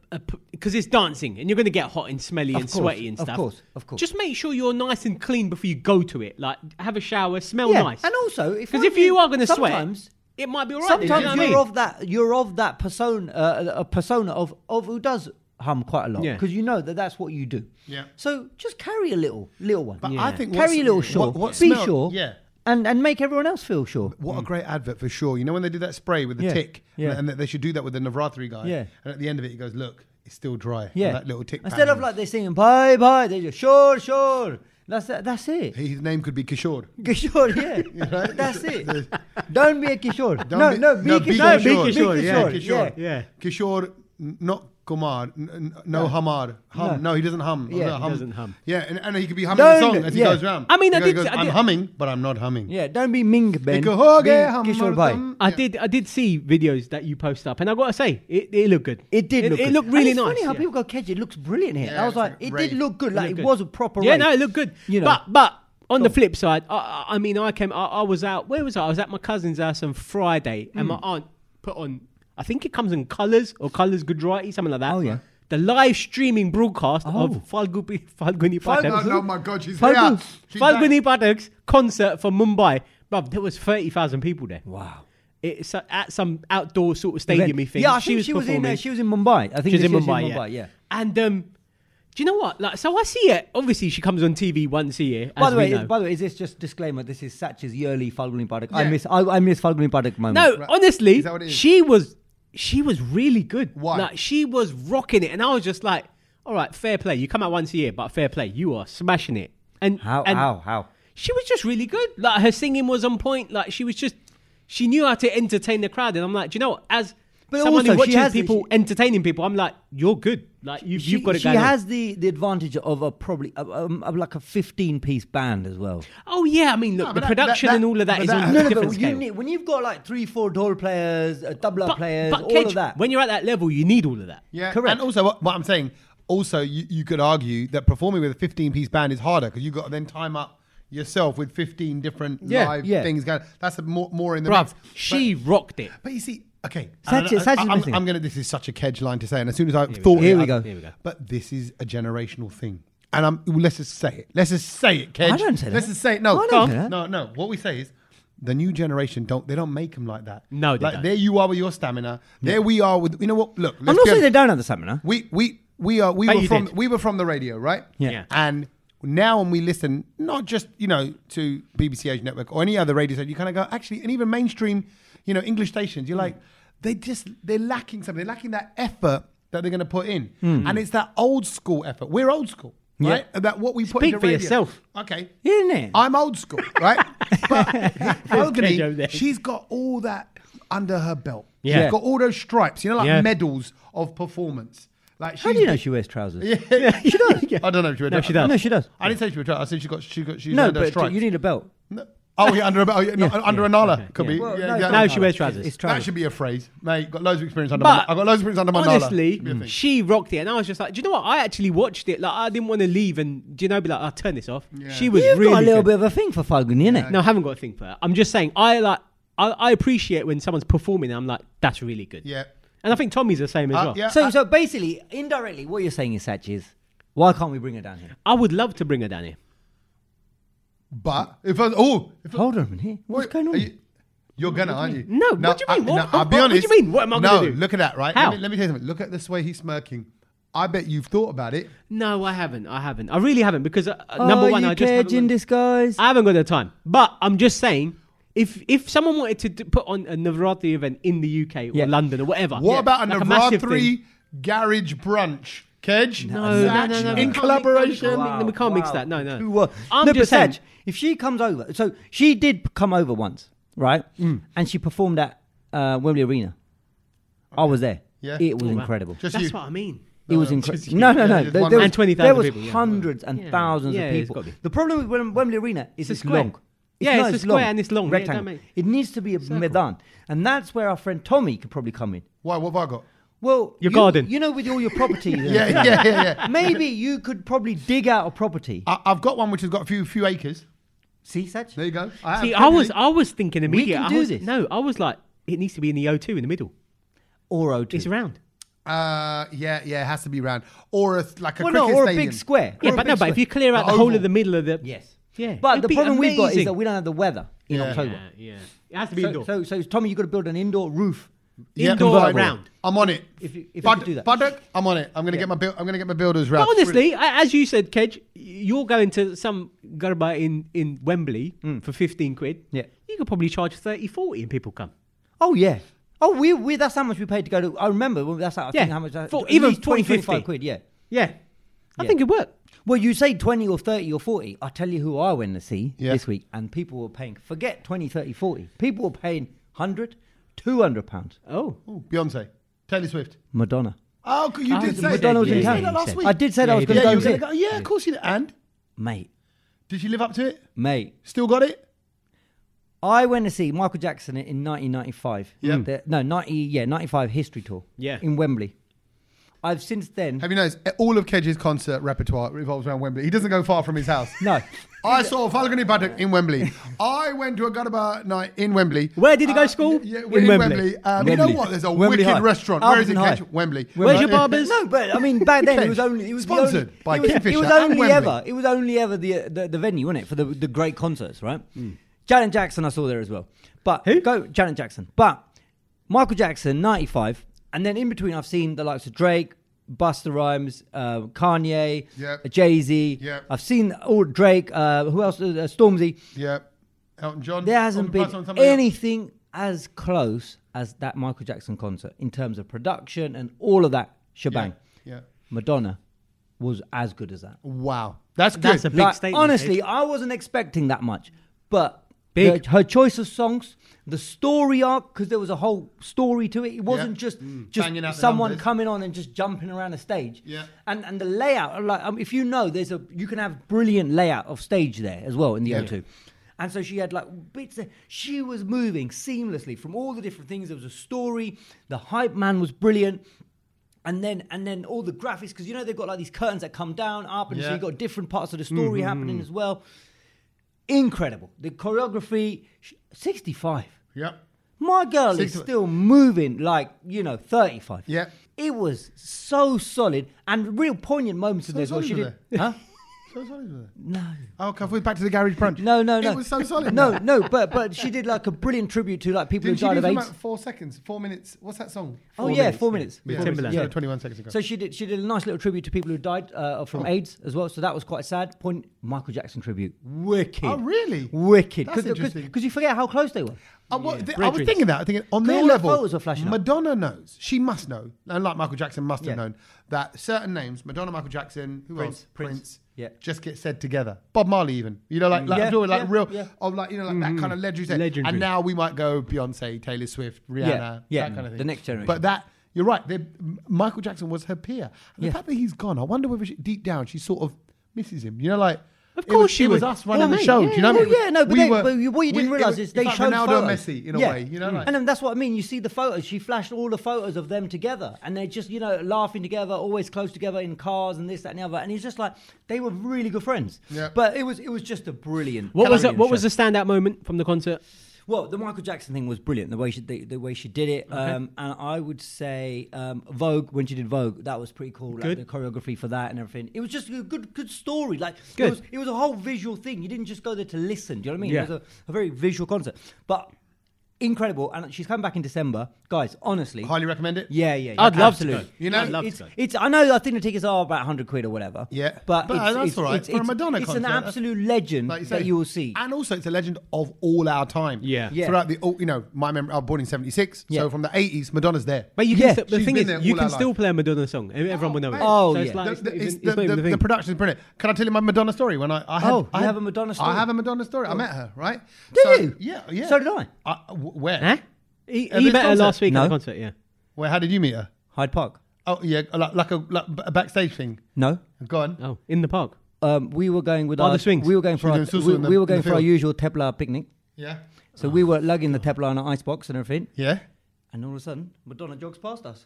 B: because it's dancing and you're going to get hot and smelly
C: Of
B: and
C: course,
B: sweaty and
C: of
B: stuff.
C: course, of course.
B: Just make sure you're nice and clean before you go to it. Like have a shower, smell
C: Yeah,
B: Oh, nice.
C: and also if
B: because
C: I
B: if you
C: do-
B: are going to sweat,
C: sometimes-
B: it might be alright. you
C: Sometimes
B: know
C: you
B: what I
C: are
B: mean?
C: of that. You're of that persona, uh, a persona of of who does hum quite a lot
B: Yeah.
C: because you know that that's what you do.
A: Yeah.
C: So just carry a little, little one.
A: But I think
C: carry a
A: what's-
C: little sure.
A: What, what
C: Be
A: smell-
C: sure.
A: Yeah.
C: And and make everyone else feel sure.
A: What a great advert for sure. You know when they did that spray with the
C: Yeah,
A: tick,
C: yeah.
A: and that they should do that with the Navratri guy.
C: Yeah.
A: And at the end of it, he goes, "Look, it's still dry."
C: Yeah.
A: And that little tick.
C: Instead of
A: pattern.
C: like they singing bye bye, they just sure sure. That's that, that's it.
A: his name could be Kishore.
C: Kishore, yeah. That's it. Don't be a Kishore.
A: Don't
C: no,
A: be-
C: no, be
A: no, be
C: Kishore.
B: Kishore. Kishore, yeah,
A: Kishore.
C: yeah.
B: Yeah.
A: Kishore, n- not Kumar, n- n- no, Hamar. Hum.
C: No.
A: No. he doesn't hum.
C: Yeah,
A: No,
B: he doesn't hum.
A: Yeah, and, and he could be humming
C: Don't-
A: a song as he
C: yeah.
A: goes round.
B: I mean,
A: He
B: I
A: goes-
B: did-
A: goes,
B: I
A: I'm
B: did-
A: humming, but I'm not humming. "Oh,
C: Yeah, don't be Ming Ben. Be
A: Ikahoge
C: Kishore Bhai.
A: Hammardam.
B: I
A: Yeah.
B: did. I did see videos that you post up, and I got to say, it, it looked good.
C: It did.
B: It,
C: look
B: it
C: good.
B: looked really
C: and it's
B: nice.
C: Funny how
B: yeah.
C: people go, "Kedge, it looks brilliant here."
A: Yeah,
C: I was
A: it's like
C: like,
A: a
C: "It
A: rave.
C: did look good.
B: It
C: Like
B: looked
C: it
B: good.
C: was a proper."
B: Yeah,
C: rave.
B: no, it looked good.
C: You know.
B: But but on the flip side, I- I, I mean, I came. I, I was out. Where was I? I was at my cousin's house on Friday, and my
C: Hmm.
B: aunt put on. I think it comes in colours or colours Gujarati, something like that.
C: Oh, yeah.
B: The live streaming broadcast
C: Oh.
B: of Falguni Falguni
A: Oh,
B: Patak's
A: no, my God, she's
C: Falgu-
A: here. She's
B: Falguni
A: back.
B: Patak's concert for Mumbai. Bruv, there was thirty thousand people there.
C: Wow.
B: It's a- at some outdoor sort of stadium thing.
C: Yeah, I think she was, in. Uh,
B: performing.
C: she was in Mumbai. I think
B: She's in
C: she was
B: Mumbai,
C: in Mumbai. Yeah.
B: And um, do you know what? Like, so I see it. Obviously, she comes on TV once a year.
C: By
B: as
C: the
B: we
C: way,
B: know.
C: is, by the way, is this just disclaimer? This is Satch's yearly Falguni Padak. I
A: Yeah.
C: miss. I, I miss Falguni Padak moment.
B: no,
A: Right.
B: honestly,
A: Is that what it is?
B: she was she was really good.
A: Why?
B: Like, she was rocking it, and I was just like, "All right, fair play. You come out once a year, but fair play. You are smashing it." And
C: How?
B: and
C: how? How?
B: She was just really good. Like her singing was on point. Like she was just she knew how to entertain the crowd, and I'm like, do you know what? As
C: But
B: someone
C: also,
B: who
C: she
B: watches
C: has the-
B: people
C: she-
B: entertaining people, I'm like, you're good. Like you've,
C: She,
B: you've got it
C: she
B: going. on.
C: has the, the advantage of a probably a, um, of like a fifteen piece band as well.
B: Oh yeah, I mean, look,
A: No, but
B: the
A: that-
B: production
A: that-
B: and all of that
A: but
B: is
A: that-
B: on
A: No,
B: a
A: no,
B: different
C: you
B: scale.
C: need, when you've got like three, four dole players, uh, doubler players, all
B: Kedge,
C: of that.
B: when you're at that level, you need all of that.
A: Yeah,
C: Correct.
A: And also, what, what I'm saying, also, you, you could argue that performing with a 15 piece band is harder because you've got to then time up yourself with 15 different
B: Yeah,
A: live
C: yeah.
A: things going. That's a more, more in the
B: Bruv,
A: mix.
B: she rocked it.
A: But, but you see, okay.
C: Such is-
A: I,
C: such is
A: am
C: missing.
A: going to, this is such a kedge line to say, and as soon as I thought
C: go.
A: it,
C: Here we
A: I-
C: go.
B: Here we go.
A: But this is a generational thing. and I'm well, let's just say it. Let's just say it, Kedge.
C: I don't say
A: Let's
C: that.
A: just say it. No,
C: I don't
A: go on.
C: say that.
A: no, no. What we say is the new generation don't they don't make them like that.
B: No, they
A: like
B: don't.
A: there you are with your stamina. There we are with you know what? Look, let's
C: I'm not
A: be
C: saying they
A: honest.
C: don't have the stamina.
A: we we we are we
B: Bet
A: were
B: you
A: from
B: did.
A: we were from the radio, right?
C: Yeah. Yeah.
A: And now when we listen, not just you know to BBC Age Network or any other radio station, you kind of go actually, and even mainstream, you know, English stations,
B: Hmm.
A: you're like they just they're lacking something, they're lacking that effort that they're going to put in,
B: Hmm.
A: and it's that old school effort. We're old school, right?
C: Yeah.
A: That what we put
B: Speak
A: into
B: for
A: radio.
B: yourself.
A: okay?
C: Isn't it?
A: I'm old school, right? but
B: Cage over there.
A: Algany, she's got all that under her belt.
B: Yeah.
A: She's got all those stripes, you know, like
B: Yeah.
A: medals of performance. Like
C: How
A: she's
C: do you know she wears trousers?
B: she does. Yeah.
A: I don't know if she would.
B: No, she does.
C: No, she does.
A: I didn't say she would. I said she got. She got. She's
C: No,
A: under
C: but
A: stripes.
C: you need a belt.
A: No. Oh yeah, under a oh, yeah, no, under an Nala could
B: yeah.
A: be.
C: Well,
A: yeah, yeah,
C: no, it's
B: No,
C: not
B: she
C: Nala.
B: wears trousers.
C: It's, it's
A: That
C: trousers.
A: should be a phrase, mate. Got loads of experience under.
B: But-
A: my, I got loads of experience under my Nala.
B: Honestly,
A: Should be a thing.
B: she rocked it, and I was just like, do you know what? I actually watched it. Like, I didn't want to leave, and do you know, be like, I'll turn this off. She was
C: You've
B: really
C: got a little
B: good.
C: bit of a thing for Falguni, innit?
B: No, I haven't got a thing for her. I'm just saying, I like, I, I appreciate when someone's performing. And I'm like, that's really good.
A: yeah.
B: and I think Tommy's the same as
A: Uh,
B: well.
A: yeah.
C: So,
A: I-
C: so basically, indirectly, what you're saying is, Satch, is why can't we bring her down here?
B: I would love to bring her down here.
A: But if I, oh, if I,
C: Hold on a minute. What's
A: Wait,
C: going
A: are
C: on?
A: You, you're gonna, aren't you?
B: No, what do you mean?
A: I,
B: What-
A: I'll be
B: what- what do you
A: honest.
B: mean? What am I gonna
A: No,
B: do?
A: look at that, right?
B: How?
A: Let, me, let me tell you something. Look at this way he's smirking. I bet you've thought about it.
B: No, I haven't. I haven't. I really haven't because uh, uh,
C: Are
B: number one,
C: Oh, you
B: I just haven't
C: Kedge in
B: got-
C: disguise.
B: I haven't got the time. But I'm just saying, if if someone wanted to d- put on a Navratri event in the UK or
C: Yeah.
B: London or whatever,
A: What
B: yeah,
A: about
B: like
A: a
B: a massive thing.
A: Navratri garage brunch? Kedge?
B: No, no, no,
A: Satch,
B: no, no.
A: In
B: We can't mix-
A: collaboration.
B: we can't, mi- we can't mix that. No, no.
C: Who was?
B: I'm
C: no,
B: just
C: but
B: saying.
C: Saj, if she comes over, so she did come over once, right?
A: Mm.
C: And she performed at uh, Wembley Arena. I was there.
A: Yeah.
C: It was
B: Oh, Wow.
C: incredible.
A: Just
B: That's
A: you.
B: what I mean.
C: It was
A: No, just-
C: incredible. No, no,
A: yeah,
C: no.
A: just
C: There,
A: one
C: there
A: man.
C: was,
B: And 20,000
C: there was
B: people, yeah.
C: hundreds and
B: Yeah.
C: thousands
B: Yeah,
C: of
B: it's
C: people.
B: gotta be.
C: The problem with Wem- Wembley Arena
B: It's
C: is it's,
B: a square.
C: long.
B: Yeah, it's
C: not
B: a
C: as
B: square and it's long. Yeah, it don't
C: Rectangle.
B: make-
C: it needs to be a medan, and that's where our friend Tommy could probably come in.
A: Why? What have I got?
C: Well,
B: Your
C: you-
B: garden.
C: You know, with all your property.
A: Yeah, yeah, yeah, yeah.
C: Maybe you could probably dig out a property.
A: I, I've got one which has got a few few acres.
C: See, Saj?
A: There you go. I have
B: See, I
A: plenty.
B: was I was thinking immediately.
C: can
B: I
C: do
B: was-
C: this.
B: No, I was like, it needs to be in the O2 in the middle.
C: Or O2.
B: It's round.
A: Uh, yeah, yeah. It has to be round or a like a
C: Well, no,
A: cricket
C: or a
A: stadium.
C: big square.
B: Yeah,
A: Or a
B: but no,
A: big
B: but if
A: square.
B: you clear out the,
A: oval.
B: whole of the middle of the
C: Yes.
B: yeah.
C: But
B: it'd
C: the
B: be
C: problem we've got is that
B: amazing.
C: we don't have the weather in
A: Yeah.
C: October.
B: yeah, yeah, it has to be
C: So,
B: indoor.
C: so, so, Tommy, you've got to build an indoor roof.
A: Yeah,
B: Indoor
A: convertible.
B: round.
A: I'm on it.
C: If you- if you
A: Bud-
C: could do that.
A: Buddock, I'm on it. I'm gonna get my build. I'm gonna get my builders round.
B: But honestly, I, as you said, Kedge, you're going to some garba in, in Wembley for 15 quid.
C: Yeah.
B: You could probably charge 30, 40 and people come.
C: Oh yeah. Oh, we we that's how much we paid to go to. I remember well, that's how I think
B: Yeah.
C: how much that,
B: For-
C: at
B: even
C: least 20,
B: 40,
C: 25
B: 50.
C: quid. Yeah.
B: Yeah. I
C: Yeah.
B: think it worked.
C: Well, you say 20 or 30 or 40. I tell you who I went to see
A: Yeah.
C: this week, and people were paying, forget 20, 30, 40. People were paying 100, 200 pounds.
B: Oh.
A: Ooh, Beyonce, Taylor Swift.
C: Madonna.
A: Oh, you
B: Oh,
A: did
B: the
A: say
C: Madonna was
A: you
C: in
A: did
B: yeah,
A: say that
C: town.
B: you
A: last
B: said.
A: week.
C: I did say that I was
B: you
C: going
A: Yeah,
C: to go
A: you
C: and
A: were
C: see.
A: gonna go. Yeah, of course you did. And
C: Mate,
A: did she live up to it?
C: mate.
A: Still got it?
C: I went to see Michael Jackson in 1995.
A: Yep.
C: The- no, 90, yeah, 95 history tour.
B: Yeah.
C: In Wembley. I've since then.
A: Have you noticed all of Kedge's concert repertoire revolves around Wembley? He doesn't go far from his house.
C: no.
A: I saw Falcony Paddock in Wembley. I went to a Gutterbar night in Wembley. Uh,
B: Where did he go to school?
A: Yeah, we're in, Wembley. Um, You
C: Wembley.
A: know what? There's a
C: Wembley
A: wicked
C: High.
A: restaurant. Where is it,
C: Alton
A: Kedge?
C: High.
A: Wembly.
B: Where's your barbers?
C: No, but I mean, back then it was
A: Cage.
C: only it was the
A: Sponsored
C: only-
A: by
C: it was, it
A: Kingfisher
C: was
A: and
C: only
A: Wembley.
C: ever it was only ever the uh, the, the venue, wasn't it, for the the great concerts, right?
A: Hmm.
C: Janet Jackson, I saw there as well, but
B: Who?
C: go Janet Jackson, but Michael Jackson, ninety five, and then in between I've seen the likes of Drake. Buster Rhymes, uh, Kanye,
A: Yep.
C: Jay Z.
A: Yep.
C: have seen all Drake. Uh, who else? Uh, Stormzy.
A: Yeah. Elton John.
C: There hasn't
A: Some-
C: been
A: some- somebody else.
C: anything as close as that Michael Jackson concert in terms of production and all of that shebang.
A: Yeah.
C: Madonna was as good as that.
A: Wow. That's good.
B: That's a big
C: Like,
B: statement.
C: honestly, I wasn't expecting that much, but
B: Big.
C: the- her choice of songs, the story arc, because there was a whole story to it. It wasn't
A: Yeah.
C: just
A: Mm. Banging out
C: just
A: the
C: someone
A: numbers.
C: coming on and just jumping around a stage.
A: Yeah.
C: and and the layout, like um, if you know, there's a you can have brilliant layout of stage there as well in the O2. And so she had like bits. There. She was moving seamlessly from all the different things. There was a story. The hype man was brilliant and then and then all the graphics because you know they've got like these curtains that come down up and so
A: Yeah. Mm-hmm.
C: you've got different parts of the story happening as well incredible the choreography sh- 65
A: Yep.
C: my girl is
A: 65.
C: still moving like you know 35
A: Yeah.
C: it was so solid and real poignant moments in
A: So
C: there as well
A: solid
C: she
A: in
C: did huh
A: So solid was it?
C: No.
A: Oh, okay. We're back to the garage brunch.
C: No, no, no.
A: It was so solid.
C: No,
A: man.
C: no, but but she did like a brilliant tribute to like people
A: Didn't she
C: who died
A: do
C: of
A: something
C: AIDS.
A: about four seconds, four minutes? What's that song?
C: Oh, yeah, four minutes.
B: Yeah.
A: Four
B: Timberland.
A: minutes.
C: Yeah.
A: So 21 seconds ago.
C: So she did. She did a nice little tribute to people who died uh, from
A: Oh.
C: AIDS as well. So that was quite sad. Point Michael Jackson tribute. Wicked.
A: Oh, really?
C: Wicked.
A: That's interesting.
C: Because you forget how close they were.
A: Uh, what- th- I
B: Bridges.
A: was thinking that. I think on
C: Clear
A: their
C: the
A: level,
C: photos are flashing up.
A: Madonna knows. She must know, and like Michael Jackson must have
C: Yeah.
A: known that certain names, Madonna, Michael Jackson, who
C: Prince,
A: else?
C: Prince. Yeah.
A: just get said together. Bob Marley, even you know, like like,
C: Yeah,
A: I'm talking like
C: yeah,
A: real
C: yeah.
A: of like you know like that kind of legendary, thing.
B: Legendary.
A: And now we might go Beyonce, Taylor Swift, Rihanna,
C: yeah, Mm.
A: that kind of thing.
C: the next generation.
A: But that. You're right. they- M- Michael Jackson was her peer. And
C: Yeah.
A: The fact that he's gone, I wonder whether she, deep down she sort of misses him. You know, like
B: Of
A: it was-
B: course she
A: it was
B: would.
A: us running
B: Oh,
A: the
B: mate,
A: show. Do you know? what I
C: Well,
A: mean?
C: yeah, no, but,
A: We
C: they,
A: were-
C: but what you
A: we-
C: didn't
A: it
C: realize
A: was-
C: is
A: it's
C: they
A: like
C: showed
A: Ronaldo
C: photos.
A: Messi in a
C: Yeah. Mm.
A: way. You know, like,
C: and then that's what I mean. You see the photos. She flashed all the photos of them together, and they're just you know laughing together, always close together in cars and this, that, and the other. And it's just like they were really good friends.
A: Yeah.
C: But it was it was just a brilliant.
B: What was
C: brilliant
B: that, what
C: show.
B: was the standout moment from the concert?
C: Well, the Michael Jackson thing was brilliant. The way she the, the way she did it, um, and I would say um, Vogue when she did Vogue, that was pretty cool. Like
B: Good.
C: the choreography for that and everything. It was just a good good story. Like It,
B: Good.
C: was, it was a whole visual thing. You didn't just go there to listen. Do you know what I mean?
B: Yeah.
C: It was a, a very visual concert, but incredible. And she's coming back in December, guys. Honestly,
A: highly recommend it.
C: yeah, yeah, yeah.
B: I'd love to
C: absolutely.
B: go.
A: You know,
B: I'd love to
C: It's,
B: go.
C: it's. I know. I think the tickets are about hundred quid or whatever.
A: Yeah.
C: but,
A: But
C: it's,
A: that's
C: it's,
A: all right.
C: It's,
A: For a
C: it's-
A: Madonna
C: it's
A: concert,
C: an
A: that's-
C: absolute legend
A: Like you say. Ah,
C: that you will see.
A: And also, it's a legend of all our time.
B: Yeah.
C: Yeah.
A: Throughout the, all, you know, my memory, I was born in 76.
C: Yeah.
A: So from the 80s, Madonna's there.
B: But you
C: Yeah,
B: can st- the
A: she's
B: thing
A: been
B: is,
A: there
B: you
A: all
B: can
A: our
B: still
A: life.
B: play a Madonna song, and everyone will know it.
A: mate.
C: Oh,
B: so it's
C: yeah.
B: like,
A: The,
B: it's,
A: the,
B: it's,
A: it's
B: it's
A: the,
B: not even
A: the-
B: the
A: the
B: thing.
A: production's brilliant. Can I tell you my Madonna story? When I, I had,
C: Oh, you
A: I had-
C: have a Madonna story? Oh.
A: I have a Madonna story. I met her, right?
C: Did
A: So-
C: you?
A: Yeah, yeah.
C: So did I.
A: I w- where?
B: Huh? He,
A: At
B: he
A: this
B: met her
A: concert?
B: E, last week at
C: No.
B: the concert, yeah.
A: Where? How did you meet her?
C: Hyde Park.
A: Oh, yeah, like, like, a, like a backstage thing.
C: No,
A: Go on.
B: Oh, in the park.
C: um, we were going with
B: By
C: our
B: the swings.
C: We were going for
A: She
C: our,
A: was doing susu
C: we,
A: in the-
C: we were
A: in
C: going
A: the
C: for our
A: field.
C: usual Tepla picnic.
A: Yeah.
C: So we were lugging the Tepla on our icebox and everything,
A: Yeah.
C: and all of a sudden Madonna jogs past us.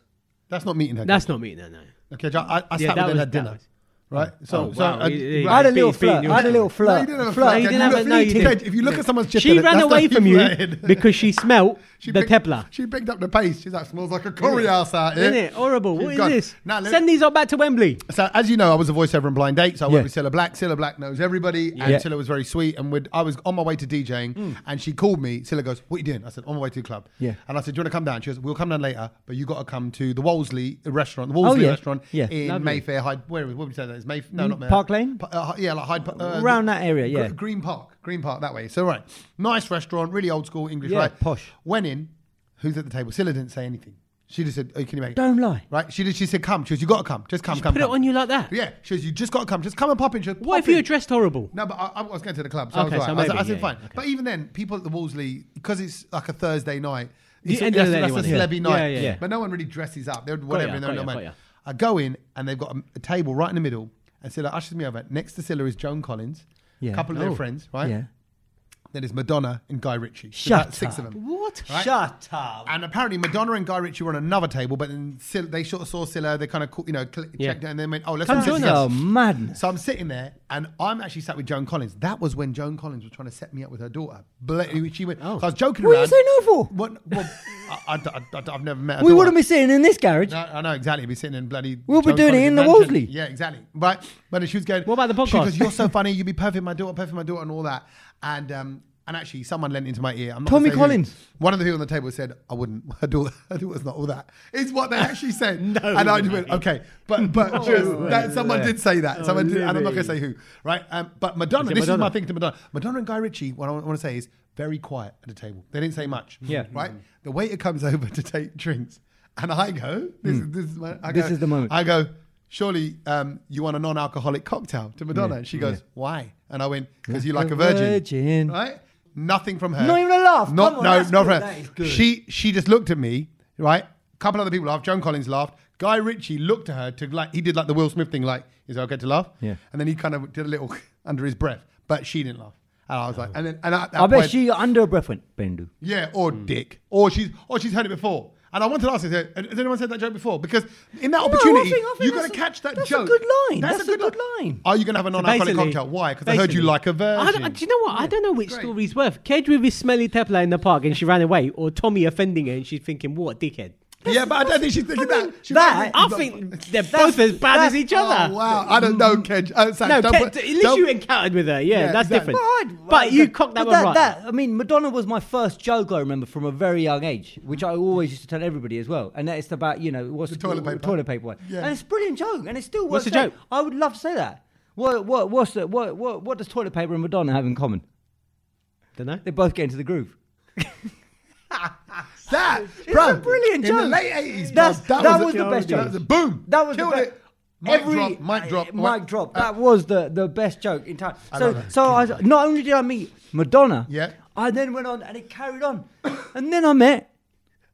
A: That's not meeting her.
B: That's not me, no, no.
A: okay, Jo- I, I
B: Yeah,
A: sat
B: that
A: with them
B: was-
A: at
B: that
A: dinner.
B: was-
A: Right? So,
B: Oh,
A: so
B: wow.
A: I-
B: Yeah, yeah,
C: I
A: right.
C: had a
B: Beat-
C: little
B: beat
C: flirt.
B: your
C: I had a
B: chest.
C: little
A: No,
C: flirt.
A: you didn't have a
B: No,
A: flirt.
B: you
A: If
B: didn't
A: you
B: have
A: look-
B: a- no, you didn't.
A: Ted, If you look at someone's chest,
B: She
A: that's
B: ran
A: how
B: away
A: she
B: from you
A: flirted.
B: because she smelt
A: She
B: the
A: picked-
B: Tepla.
A: She picked up the pace. She's like, smells like a curry house out here.
B: Isn't it? Horrible.
A: She's
B: What is
A: gone.
B: this?
A: Now, let-
B: Send these up back to Wembley.
A: so, as you know, I was a voiceover in Blind Date, so I
C: Yeah.
A: went with Cilla Black. Cilla Black knows everybody,
C: Yeah. Hmm.
A: and Cilla was very sweet. And would I was on my way to DJing, and she called me. Cilla goes, "What are you doing?" I said, "On my way to the club."
C: Yeah.
A: And I said, "Do you want to come down?" She goes, "We'll come down later, but you got to come to the Wolseley restaurant, the Wolseley
C: Oh, yeah.
A: restaurant
C: Yeah.
A: in
B: Lovely.
A: Mayfair Hyde. Where what would you say that is? Mayf- no,
C: Mm,
A: not Mayfair.
C: Park Lane?
A: Pa- uh, yeah, like Hyde. Pa- Uh,
C: Around that area,
A: Gr-
C: yeah.
A: Green Park, Green Park that way. So right, nice restaurant, really old school English,
C: Yeah,
A: right?
C: posh.
A: Went in. Who's at the table? Cilla didn't say anything. She just said, oh, "Can you make?" it?
C: Don't lie.
A: Right? She did. She said, "Come." She goes, "You got to come. Just come. come."
B: Put it
A: come."
B: on you like that.
A: Yeah, she goes, you just got to come. Just come and pop in. She goes,
B: What
A: "Pop
B: if you were
A: in."
B: dressed horrible?
A: No, but I, I was going to the club, so I was
B: Okay,
A: right.
B: so
A: I, was-
B: maybe,
A: I said
B: yeah,
A: fine.
B: yeah, okay.
A: But even then, people at the Wolseley, because it's like a Thursday night,
B: You
A: it's a,
B: end
A: that's,
B: it
A: that's a
B: anyway, yeah.
A: celebby night.
B: Yeah, yeah, yeah.
A: But no one really dresses up. They're whatever.
B: ya,
A: and
B: got
A: they're
B: ya,
A: not
B: got
A: mad.
B: ya.
A: I go in and they've got a, a table right in the middle, and Silla ushers me over. Next to Silla is Joan Collins,
C: Yeah.
A: a couple of
B: Oh.
A: their friends, right?
C: Yeah.
A: Then it's Madonna and Guy Ritchie. So
C: Shut
A: about six
C: up.
A: of them.
B: What?
A: Right?
C: Shut up.
A: And apparently Madonna and Guy Ritchie were on another table, but then Sil- they sort of saw Silla. They kind of you know cl-
B: Yeah.
A: checked it and then went, "Oh, let's
B: Come
A: all sit
B: join
A: together."
C: Oh madness.
A: So I'm sitting there, and I'm actually sat with Joan Collins. That was when Joan Collins was trying to set me up with her daughter. Bla- She went. So I was joking
C: Oh. What
A: around.
C: you say no for?
A: What? Well, I, have never met. Her
C: We
A: daughter.
C: wouldn't be sitting in this garage.
A: No, I know exactly. Be sitting in bloody.
C: We'll be
A: Joan
C: doing it
A: Collins'
C: in the
A: mansion.
C: Wolseley.
A: Yeah, exactly. Right. But she was going.
B: What about the
A: She
B: podcast?
A: goes, "You're so funny. You'd be perfect, my daughter. Perfect, my daughter, and all that." And um, and actually, someone lent into my ear. I'm not
C: Tommy
A: gonna say who.
C: Collins.
A: One of the people on the table said, "I wouldn't. Her daughter. Her daughter's not all that." Is what they actually said. no. And I just went, "Okay." But but
C: Oh,
A: just that someone did say that. Someone did, and I'm not going to say who. Right. Um, but Madonna.
B: it
A: This is my
B: Madonna?
A: thing to Madonna. Madonna and Guy Ritchie. What I want to say is very quiet at the table. They didn't say much.
C: Yeah.
A: Right. The waiter comes over to take drinks, and I go, "This, is this is my." I
C: Hmm. This
A: go-
C: is the moment.
A: I go, "Surely um, you want a non-alcoholic cocktail to Madonna?" And she goes, "Why?" And I went, "Because you like a virgin."
C: virgin.
A: Right? Nothing from her.
C: Not even a laugh.
A: Not,
C: Come on,
A: no,
C: that's
A: not
C: good.
A: from her.
C: That is good.
A: She she just looked at me. Right. A couple other people laughed. Joan Collins laughed. Guy Ritchie looked at her to like he did like the Will Smith thing, like, "Is it okay to laugh?"
C: Yeah.
A: And then he kind of did a little under his breath, but she didn't laugh. And I was like, and then and at that
C: I bet
A: point-
C: she under a breath went Bendu.
A: yeah, or dick, or she's or she's heard it before. And I wanted to ask this: uh, Has anyone said that joke before? Because in that opportunity,
C: I think- I think
A: you're going
C: that's
A: to
C: a-
A: catch that
C: that's a
A: joke.
C: good line. That's a good line.
A: Are you going to have a non-alcoholic
B: Basically-
A: cocktail? Why? Because I heard you
B: basically-
A: like a
B: I don't-
A: virgin.
B: do you know what? I don't know which
A: Great.
B: story's worth. Kedge with his smelly Tepla in the park and she ran away, or Tommy offending her and she's thinking, what a dickhead.
A: yeah, but I don't think she's thinking that. She
C: that-
A: might
B: I
A: but-
B: think they're both as bad as each other.
A: Oh, wow, I don't know, Kedge. Oh, sorry,
B: No,
A: don't
B: Ke-
A: put-
B: t- unless
A: don't-
B: you encountered with her, yeah,
A: Yeah,
B: that's
A: exactly.
B: different.
C: Right,
B: But
C: right,
B: you cocked that
C: but
B: one right.
C: That, I mean, Madonna was my first joke I remember from a very young age, which I always used to tell everybody as well. And it's about you know what's
A: The toilet paper.
C: toilet paper one.
A: Yeah.
C: And it's a brilliant joke, and it still works.
B: What's the
C: out.
B: joke?
C: I would love to say that. What what what's the, what what what does toilet paper and Madonna have in common?
B: Don't know.
C: They both get into the groove.
A: That, bro,
C: a brilliant
A: in the
C: joke.
A: late eighties,
C: That's-
A: that,
C: that
A: was,
C: was
A: a-
C: the best
A: that
C: joke.
A: was a boom.
C: That was
A: Killed
C: the
A: it.
C: best.
A: Mic drop, mic drop,
C: uh, mic drop. That was the, the best joke in time.
A: love
C: So
A: that.
C: so I not only did I meet Madonna,
A: Yeah.
C: I then went on and it carried on, and then I met.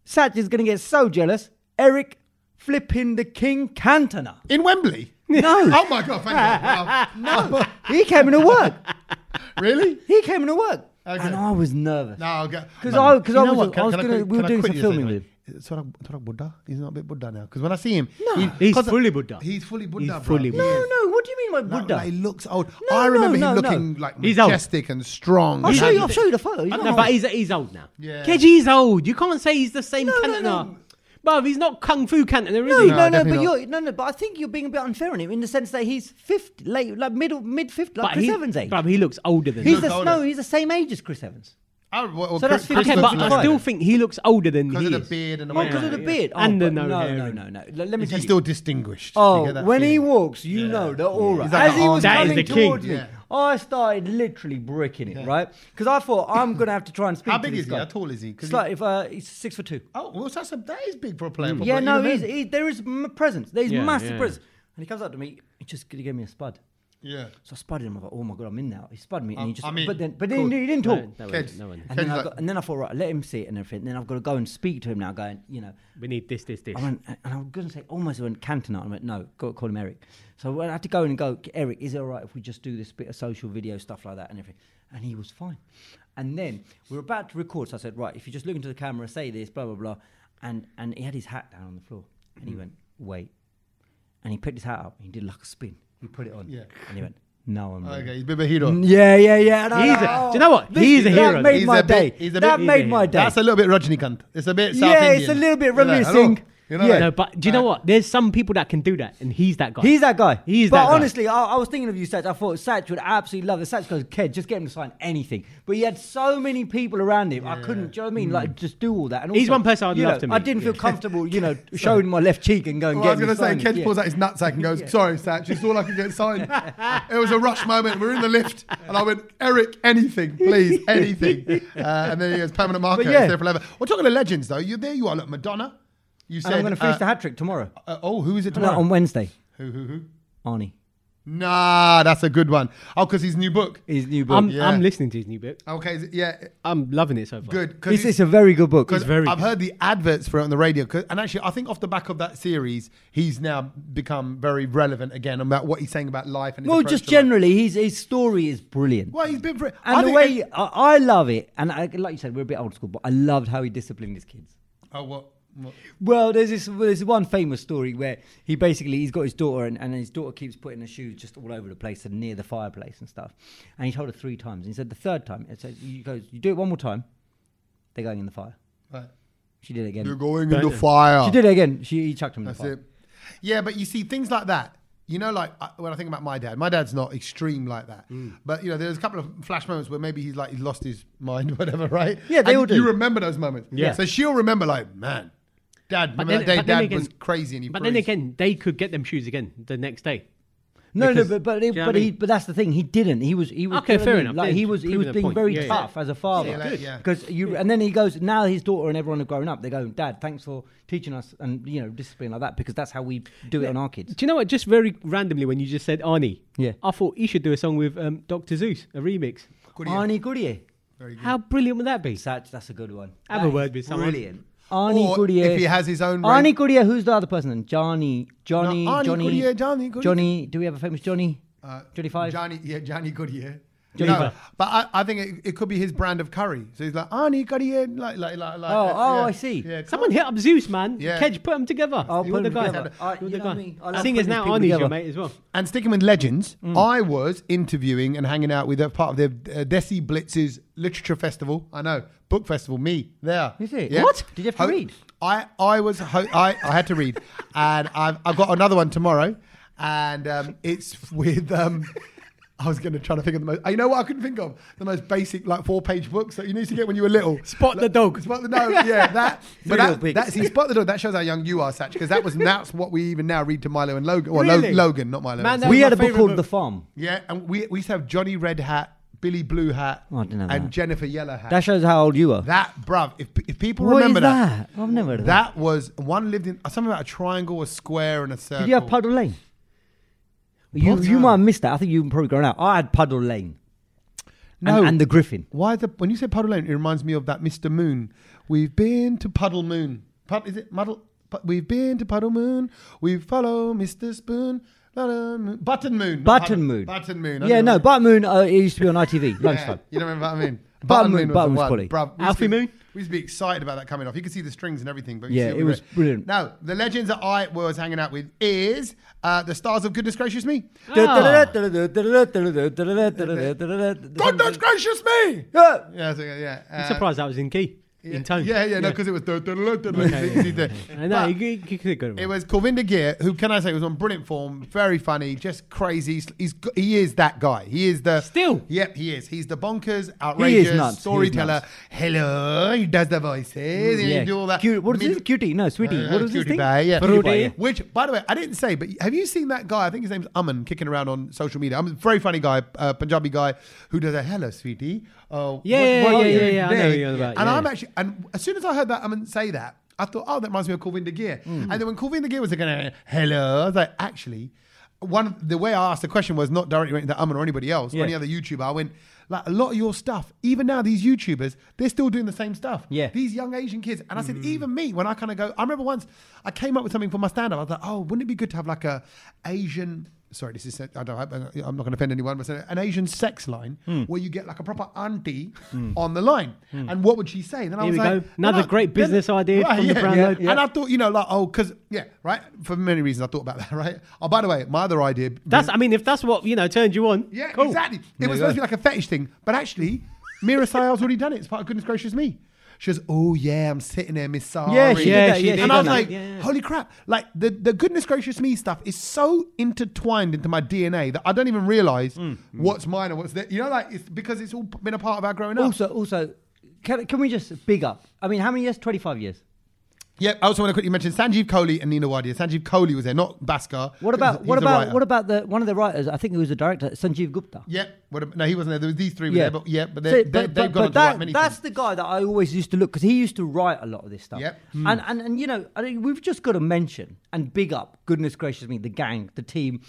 C: Satch is going to get so jealous. Eric flipping the King Cantona.
A: in Wembley.
C: No,
A: Oh my god! Thank God. Wow. No,
C: he came into work.
A: really?
C: He came into work,
A: Okay.
C: and I was nervous.
A: No, okay.
C: 'Cause
A: No.
C: I- 'cause
A: You
C: I
A: know
C: was-
A: what? Can-
C: I was
A: can
C: gonna-
A: quit-
C: we were
A: can I
C: doing
A: quit
C: some
A: you a
C: filming
A: second? It's sort of, sort of Buddha. He's not a bit Buddha now because when I see him,
C: No.
B: He's
A: 'cause I-
B: fully Buddha.
A: He's fully Buddha.
B: He's
A: bro.
B: fully
A: He
C: No,
A: is.
C: no. What do you mean by
A: No,
C: Buddha?
A: like, he looks old.
C: No,
A: I remember
C: no,
A: him
C: no,
A: looking
C: no.
A: like
B: He's old.
A: majestic and strong.
C: I'll
A: and
C: show you. I'll
A: handsome.
C: show you the photo. He's
B: No,
C: not
B: but
C: old.
B: he's, he's old now.
A: Yeah.
B: Keji's old. You can't say he's the same
C: No, no,
B: Cantona.
C: no.
B: Bruv, he's not Kung Fu Cantona, is
C: No,
A: No,
B: he?
C: no, no,
A: definitely
C: but
A: not.
C: you're no, no. But I think you're being a bit unfair on him in the sense that he's fifth, late, like middle, mid fifth, like
B: But
C: Chris
B: he,
C: Evans age.
B: bruv, he looks older than
C: he's
B: that.
A: looks
C: the,
A: older.
C: no, he's the same age as Chris Evans.
A: I, well,
C: So that's
A: Chris-
B: Okay,
C: Christopher
B: but I
A: Christopher
B: still
A: Lloyd.
B: think he looks older than
A: because
B: he
A: of the
B: is.
A: beard and the
C: Oh,
A: way-
C: because of the
B: yeah.
C: beard Oh,
B: And the
C: but
B: no
C: No,
B: hair
C: no,
B: and-
C: no, no. L- Let me
A: Is he
C: tell you.
A: still distinguished? Do you
C: Oh,
A: get that
C: when he
A: feeling?
C: walks, you know they're all right.
A: He's like "Oh,
C: As he
A: an
C: was
B: That is
C: coming
B: the king.
C: towards me,
A: Yeah.
C: I started literally bricking it,
A: Yeah.
C: right? Because I thought I'm going to have to try and speak.
A: How
C: to
A: big
C: this
A: is he?
C: guy.
A: How tall is he? 'Cause
C: It's
A: he-
C: like if uh, he's six for two.
A: Oh, well, that's a, that is big for a player. for
C: yeah,
A: what
C: no,
A: even
C: he's,
A: then.
C: he, there is m- presence. There is
B: Yeah,
C: massive
B: yeah.
C: presence. And he comes up to me. He just g- gave me a spud.
A: Yeah.
C: So I spudded him. I thought, oh my god, I'm in now. He spud me, and
A: I'm-
C: he just.
A: I'm in.
C: But then, but
A: Cool.
C: then he didn't talk.
B: No, no,
A: Kedge-
B: no, no.
C: And then, I
A: Kedge's
C: got,
A: like,
C: and then I thought, right, let him see it and everything. And then I've got to go and speak to him now, going, you know,
B: We need this, this, this.
C: I went, and I was going to say almost I went Cantona. I went, no, go, call him Eric. So I had to go in and go, Eric, is it all right if we just do this bit of social video stuff like that and everything? And he was fine. And then we were about to record, so I said, right, if you just look into the camera, say this, blah blah blah, and and he had his hat down on the floor, and he
A: Mm.
C: went, wait, and he picked his hat up, and he did like a spin, he put it on,
A: Yeah.
C: and he went, no, I'm not.
A: okay, he's a bit of a hero.
C: Yeah, yeah, yeah. and I-
B: He's a-
C: oh,
B: do you know what?
C: this-
B: He's a hero.
C: That made
A: He's
C: my
A: a
C: day.
A: bit- he's a
C: that
A: bit-
C: made
B: he's a
C: my
B: hero.
C: day.
A: That's a little bit Rajnikant. It's a bit South
C: Yeah,
A: Indian.
C: it's a little bit
A: You're like,
C: reminiscing.
A: hello. You know,
C: Yeah. Uh,
A: like-
B: No, but do you know
A: Like,
B: what? There's some people that can do that, and he's that guy.
C: He's that guy.
B: He's
C: but
B: that guy.
C: honestly, I, I was thinking of you, Satch. I thought Satch would absolutely love this. Satch goes, Ked, just get him to sign anything. But he had so many people around him. I couldn't, do you know what I mean? Like, just do all that. And
B: Hmm. He's
C: also,
B: one person I'd
C: you
B: love
C: know,
B: to
C: I
B: meet.
C: didn't feel
B: Yeah.
C: comfortable, you know, showing my left cheek and going,
A: Well, I was
C: get him
A: going to
C: to
A: say,
C: sign
A: Kedge
C: it.
A: pulls
C: Yeah.
A: out his nutsack and goes, Sorry, Satch, it's all I can get signed. it was a rush moment. We are in the lift, and I went, Eric, anything, please, anything. Uh, and then he goes, Permanent marker,
C: But yeah.
A: it's there forever. We're talking to legends, though. You There you are. Look, Madonna. You
C: And
A: said.
C: I'm going to finish
A: uh,
C: the hat trick tomorrow.
A: uh, oh, who is it
C: No,
A: tomorrow?
C: on Wednesday.
A: who, who, who?
C: Arnie.
A: Nah, that's a good one. Oh, because his new book.
C: His new book.
B: I'm,
A: Yeah.
B: I'm listening to his new book.
A: Okay, is it- yeah,
B: I'm loving it so far.
A: good. 'cause
C: it's,
A: it's-
C: it's a very good book.
A: Because
C: It's-
B: very
A: I've
B: good.
A: heard the adverts for it on the radio. 'cause- And actually, I think off the back of that series, he's now become very relevant again about what he's saying about life and his
C: well,
A: approach
C: just
A: to life.
C: generally, his, his story is brilliant.
A: Well, he's been. Pre- I
C: And the
A: think-
C: way I, I love it, and I, like you said, we're a bit old school, but I loved how he disciplined his kids.
A: Oh, what? what-
C: Well, there's this there's one famous story where he basically he's got his daughter and, and his daughter keeps putting her shoes just all over the place and near the fireplace and stuff. And he told her three times. And he said the third time, it said you goes, you do it one more time, they're going in the fire.
A: Right.
C: She did it again.
A: You're going into fire.
C: She did it again. She he chucked him in
A: That's
C: the fire.
A: it. Yeah, but you see things like that. You know, like I- when I think about my dad, my dad's not extreme like that. But you know, there's a couple of flash moments where maybe he's like he's lost his mind, or whatever, right?
C: Yeah, they
A: And
C: all do.
A: You remember those moments,
B: Yeah.
A: So she'll remember, like, man, dad, remember that day,
B: but then
A: dad
B: again-
A: was crazy, and he.
B: But then
A: freezed."
B: again, they could get them shoes again the next day.
C: No,
B: Because-
C: no, but
B: Do
C: but, it,
B: you know
C: but
B: what I
C: he
B: mean?
C: but that's the thing. He didn't. He was he was
B: Okay,
C: do you know what
B: fair
C: I mean?
B: enough.
C: Like
B: Then
C: he was he
B: proving
C: was
B: the
C: being
B: point.
C: very
B: Yeah, yeah.
C: tough as a father.
A: Yeah, like, yeah.
C: Because you and then he goes now his daughter and everyone have grown up. They go, Dad, thanks for teaching us and you know discipline like that because that's how we do it on our kids.
B: Do you know what? Just very randomly, when you just said Arnie,
C: Yeah.
B: I thought you should do a song with um, Dr. Zeus, a remix.
A: Good ear.
C: Arnie Goodyear.
A: Very good.
B: How brilliant would that be?
C: That's, that's a good one.
B: Have
C: That
B: a
C: is
B: word with someone.
C: Brilliant. Arnie
A: Or
C: Goodyear.
A: if he has his own
C: Arnie
A: rank-
C: Goodyear, who's the other person? then? Johnny. Johnny.
A: No, Arnie
C: Johnny.
A: Goodyear, Johnny Goodyear.
C: Johnny. Do we have a famous Johnny?
A: Uh,
C: Johnny Five.
A: Johnny, yeah, Johnny Goodyear. No, but I, I think it, it could be his brand of curry. So he's like, Ani curry, eh," like, like, like, like.
C: Oh,
A: uh,
C: oh,
A: yeah.
C: I see.
A: Yeah,
B: Someone hit up Zeus, man.
A: Yeah.
B: Kedge, put them together.
C: I'll
B: You're
C: put
B: the
C: 'em
B: guy.
C: together. I-
B: You're
C: you
B: the
C: know
B: guy.
C: me. I love
B: I think it's
C: putting
B: now
C: people
B: on your
C: together.
B: mate as well.
A: And sticking with legends,
C: Mm.
A: I was interviewing and hanging out with a part of the uh, Desi Blitz's literature festival. I know, book festival, me there.
C: Is it? What? Did you have to read?
A: I, I was ho- I, I had to read, and I've, I've got another one tomorrow, and um, it's with. Um, I was going to try to think of the most. You know what I couldn't think of? The most basic, like four-page books that you used to get when you were little.
B: Spot the dog.
A: Spot the dog. Yeah, that. but
C: Little
A: that,
C: pigs.
A: that's- see, spot the dog. That shows how young you are, Satch, because that was that's what we even now read to Milo and Logan. Or Lo-
B: Really?
A: Logan, not Milo. Sorry.
B: Man, that
C: we
B: was
C: had
B: my
C: a book
B: favourite
C: called
B: book.
C: The Farm.
A: Yeah, and we, we used to have Johnny Red Hat, Billy Blue Hat,
C: Oh, I didn't know
A: and
C: that.
A: Jennifer Yellow Hat.
C: That shows how old you are.
A: that, bruv, if, if people
C: What is
A: remember
C: that? I've never heard of that.
A: that was one lived in something about a triangle, a square, and a circle.
C: Did you have Puddle Lane? You, you
A: Puddle.
C: might have missed that. I think you've probably grown out. I had Puddle Lane.
A: No.
C: And, and the Griffin.
A: Why the when you say Puddle Lane, it reminds me of that Mr. Moon. We've been to Puddle Moon. Pud, is it Muddle? Pu- we've been to Puddle Moon. We follow Mr. Spoon. Puddle Moon- Button Moon. not
C: Button
A: Puddle-
C: Moon.
A: Button Moon. I
C: Yeah,
A: don't
C: no,
A: know.
C: Button Moon, uh, it used to be on ITV, lunchtime.
A: You don't remember what I mean?
C: Button Moon- Button Moon's quality.
A: bruv. We
B: Alfie
A: used to-
B: Moon?
A: We used to be excited about that coming off. You could see the strings and everything. But
C: Yeah,
A: you see
C: it was brilliant.
A: Now, the legends that I was hanging out with is uh, the stars of Goodness Gracious Me.
B: Ah.
A: Goodness
C: Goodness
A: Gracious Me!
C: Yeah.
A: Yeah, so, yeah. uh,
B: I'm surprised that was in key,
A: yeah,
B: in tone.
A: Yeah, yeah, no, because it was. duh, duh, duh, duh, duh, you see the-
B: I
A: But
B: know, you, you, you could go
A: It was Corvinda Gear, who can I say was on brilliant form, very funny, just crazy. He's, he's g- he is that guy. He is the
B: Still?
A: Yep, he is. He's the bonkers,
C: He
A: outrageous
C: is nuts. He is
A: storyteller.
C: nuts.
A: Hello, he does the voices. and
C: Yeah.
A: He do all that.
C: Cute. What is
A: middle-
C: this? Cutie. No, sweetie.
A: Uh,
C: what is this
A: cutie
C: thing?
A: pie, yeah.
C: Cutie pie, yeah.
A: Which, by the way, I didn't say, but have you seen that guy? I think his name's Aman kicking around on social media. I'm a very funny guy, uh, Punjabi guy, who does a hello, sweetie. Oh,
B: Yeah, yeah,
A: are
B: yeah,
A: you
B: yeah, yeah, I know
A: doing?"
B: who you're
A: And
B: about, yeah.
A: I'm actually, and as soon as I heard that Aman say that, I thought, oh, that reminds me of Corvin de Gear.
B: Hmm.
A: And then when Corvin de Gear was going, hello, I was like, actually, one the way I asked the question was not directly to Aman or anybody else or
C: Yeah.
A: any other YouTuber. I went, like a lot of your stuff, even now, these YouTubers, they're still doing the same stuff.
C: Yeah.
A: These young Asian kids. And I
B: Hmm.
A: said, even me, when I kind of go, I remember once I came up with something for my stand up. I was like, oh, wouldn't it be good to have like a Asian. Sorry, this is I don't. I'm not going to offend anyone, but an Asian sex line
B: Hmm.
A: where you get like a proper auntie on the line, and what would she say? And then I
B: Here
A: was
B: we
A: like,
B: go. Another
A: then I-
B: great
A: then-
B: business idea
A: Right,
B: from the
A: yeah,
B: Brown
A: yeah.
B: Road.
A: And I thought, you know, like oh, because yeah, right. For many reasons, I thought about that. Right. Oh, by the way, my other idea.
B: That's, I mean, if that's what, you know, turned you on.
A: Yeah,
B: cool.
A: exactly. It was
C: you
A: supposed to be like a fetish thing, but actually, Mira Sayal's already done it. It's part of Goodness Gracious Me. She goes, "Oh yeah, I'm sitting there, Miss Sari."
C: Yeah, she did
B: Yeah, that, she yeah, did
A: and I was
B: that.
A: like,
B: Yeah.
A: "Holy crap!" Like the the Goodness Gracious Me stuff is so intertwined into my DNA that I don't even realize
B: Mm.
A: what's mine and what's there. You know, like it's because it's all been a part of our growing up.
C: Also, also, can, can we just big up? I mean, how many years? 25 years.
A: yeah, I also want to quickly mention Sanjeev Kohli and Nina Wadia. Sanjeev Kohli was there, not Bhaskar.
C: What about
A: He's
C: what
A: a
C: about
A: writer.
C: what about the one of the writers? I think it was the director, Sanjeev Gupta.
A: Yeah, what ab- no, he wasn't there. There was these three were there, but yeah, but, they,
C: So-
A: they,
C: but-
A: they've
C: but-
A: gone on to
C: but
A: write
C: that-
A: many
C: That's
A: things.
C: the guy that I always used to look because he used to write a lot of this stuff.
A: Yep.
C: And, and and you know, I think we've just got to mention and big up, goodness gracious me, the gang, the team,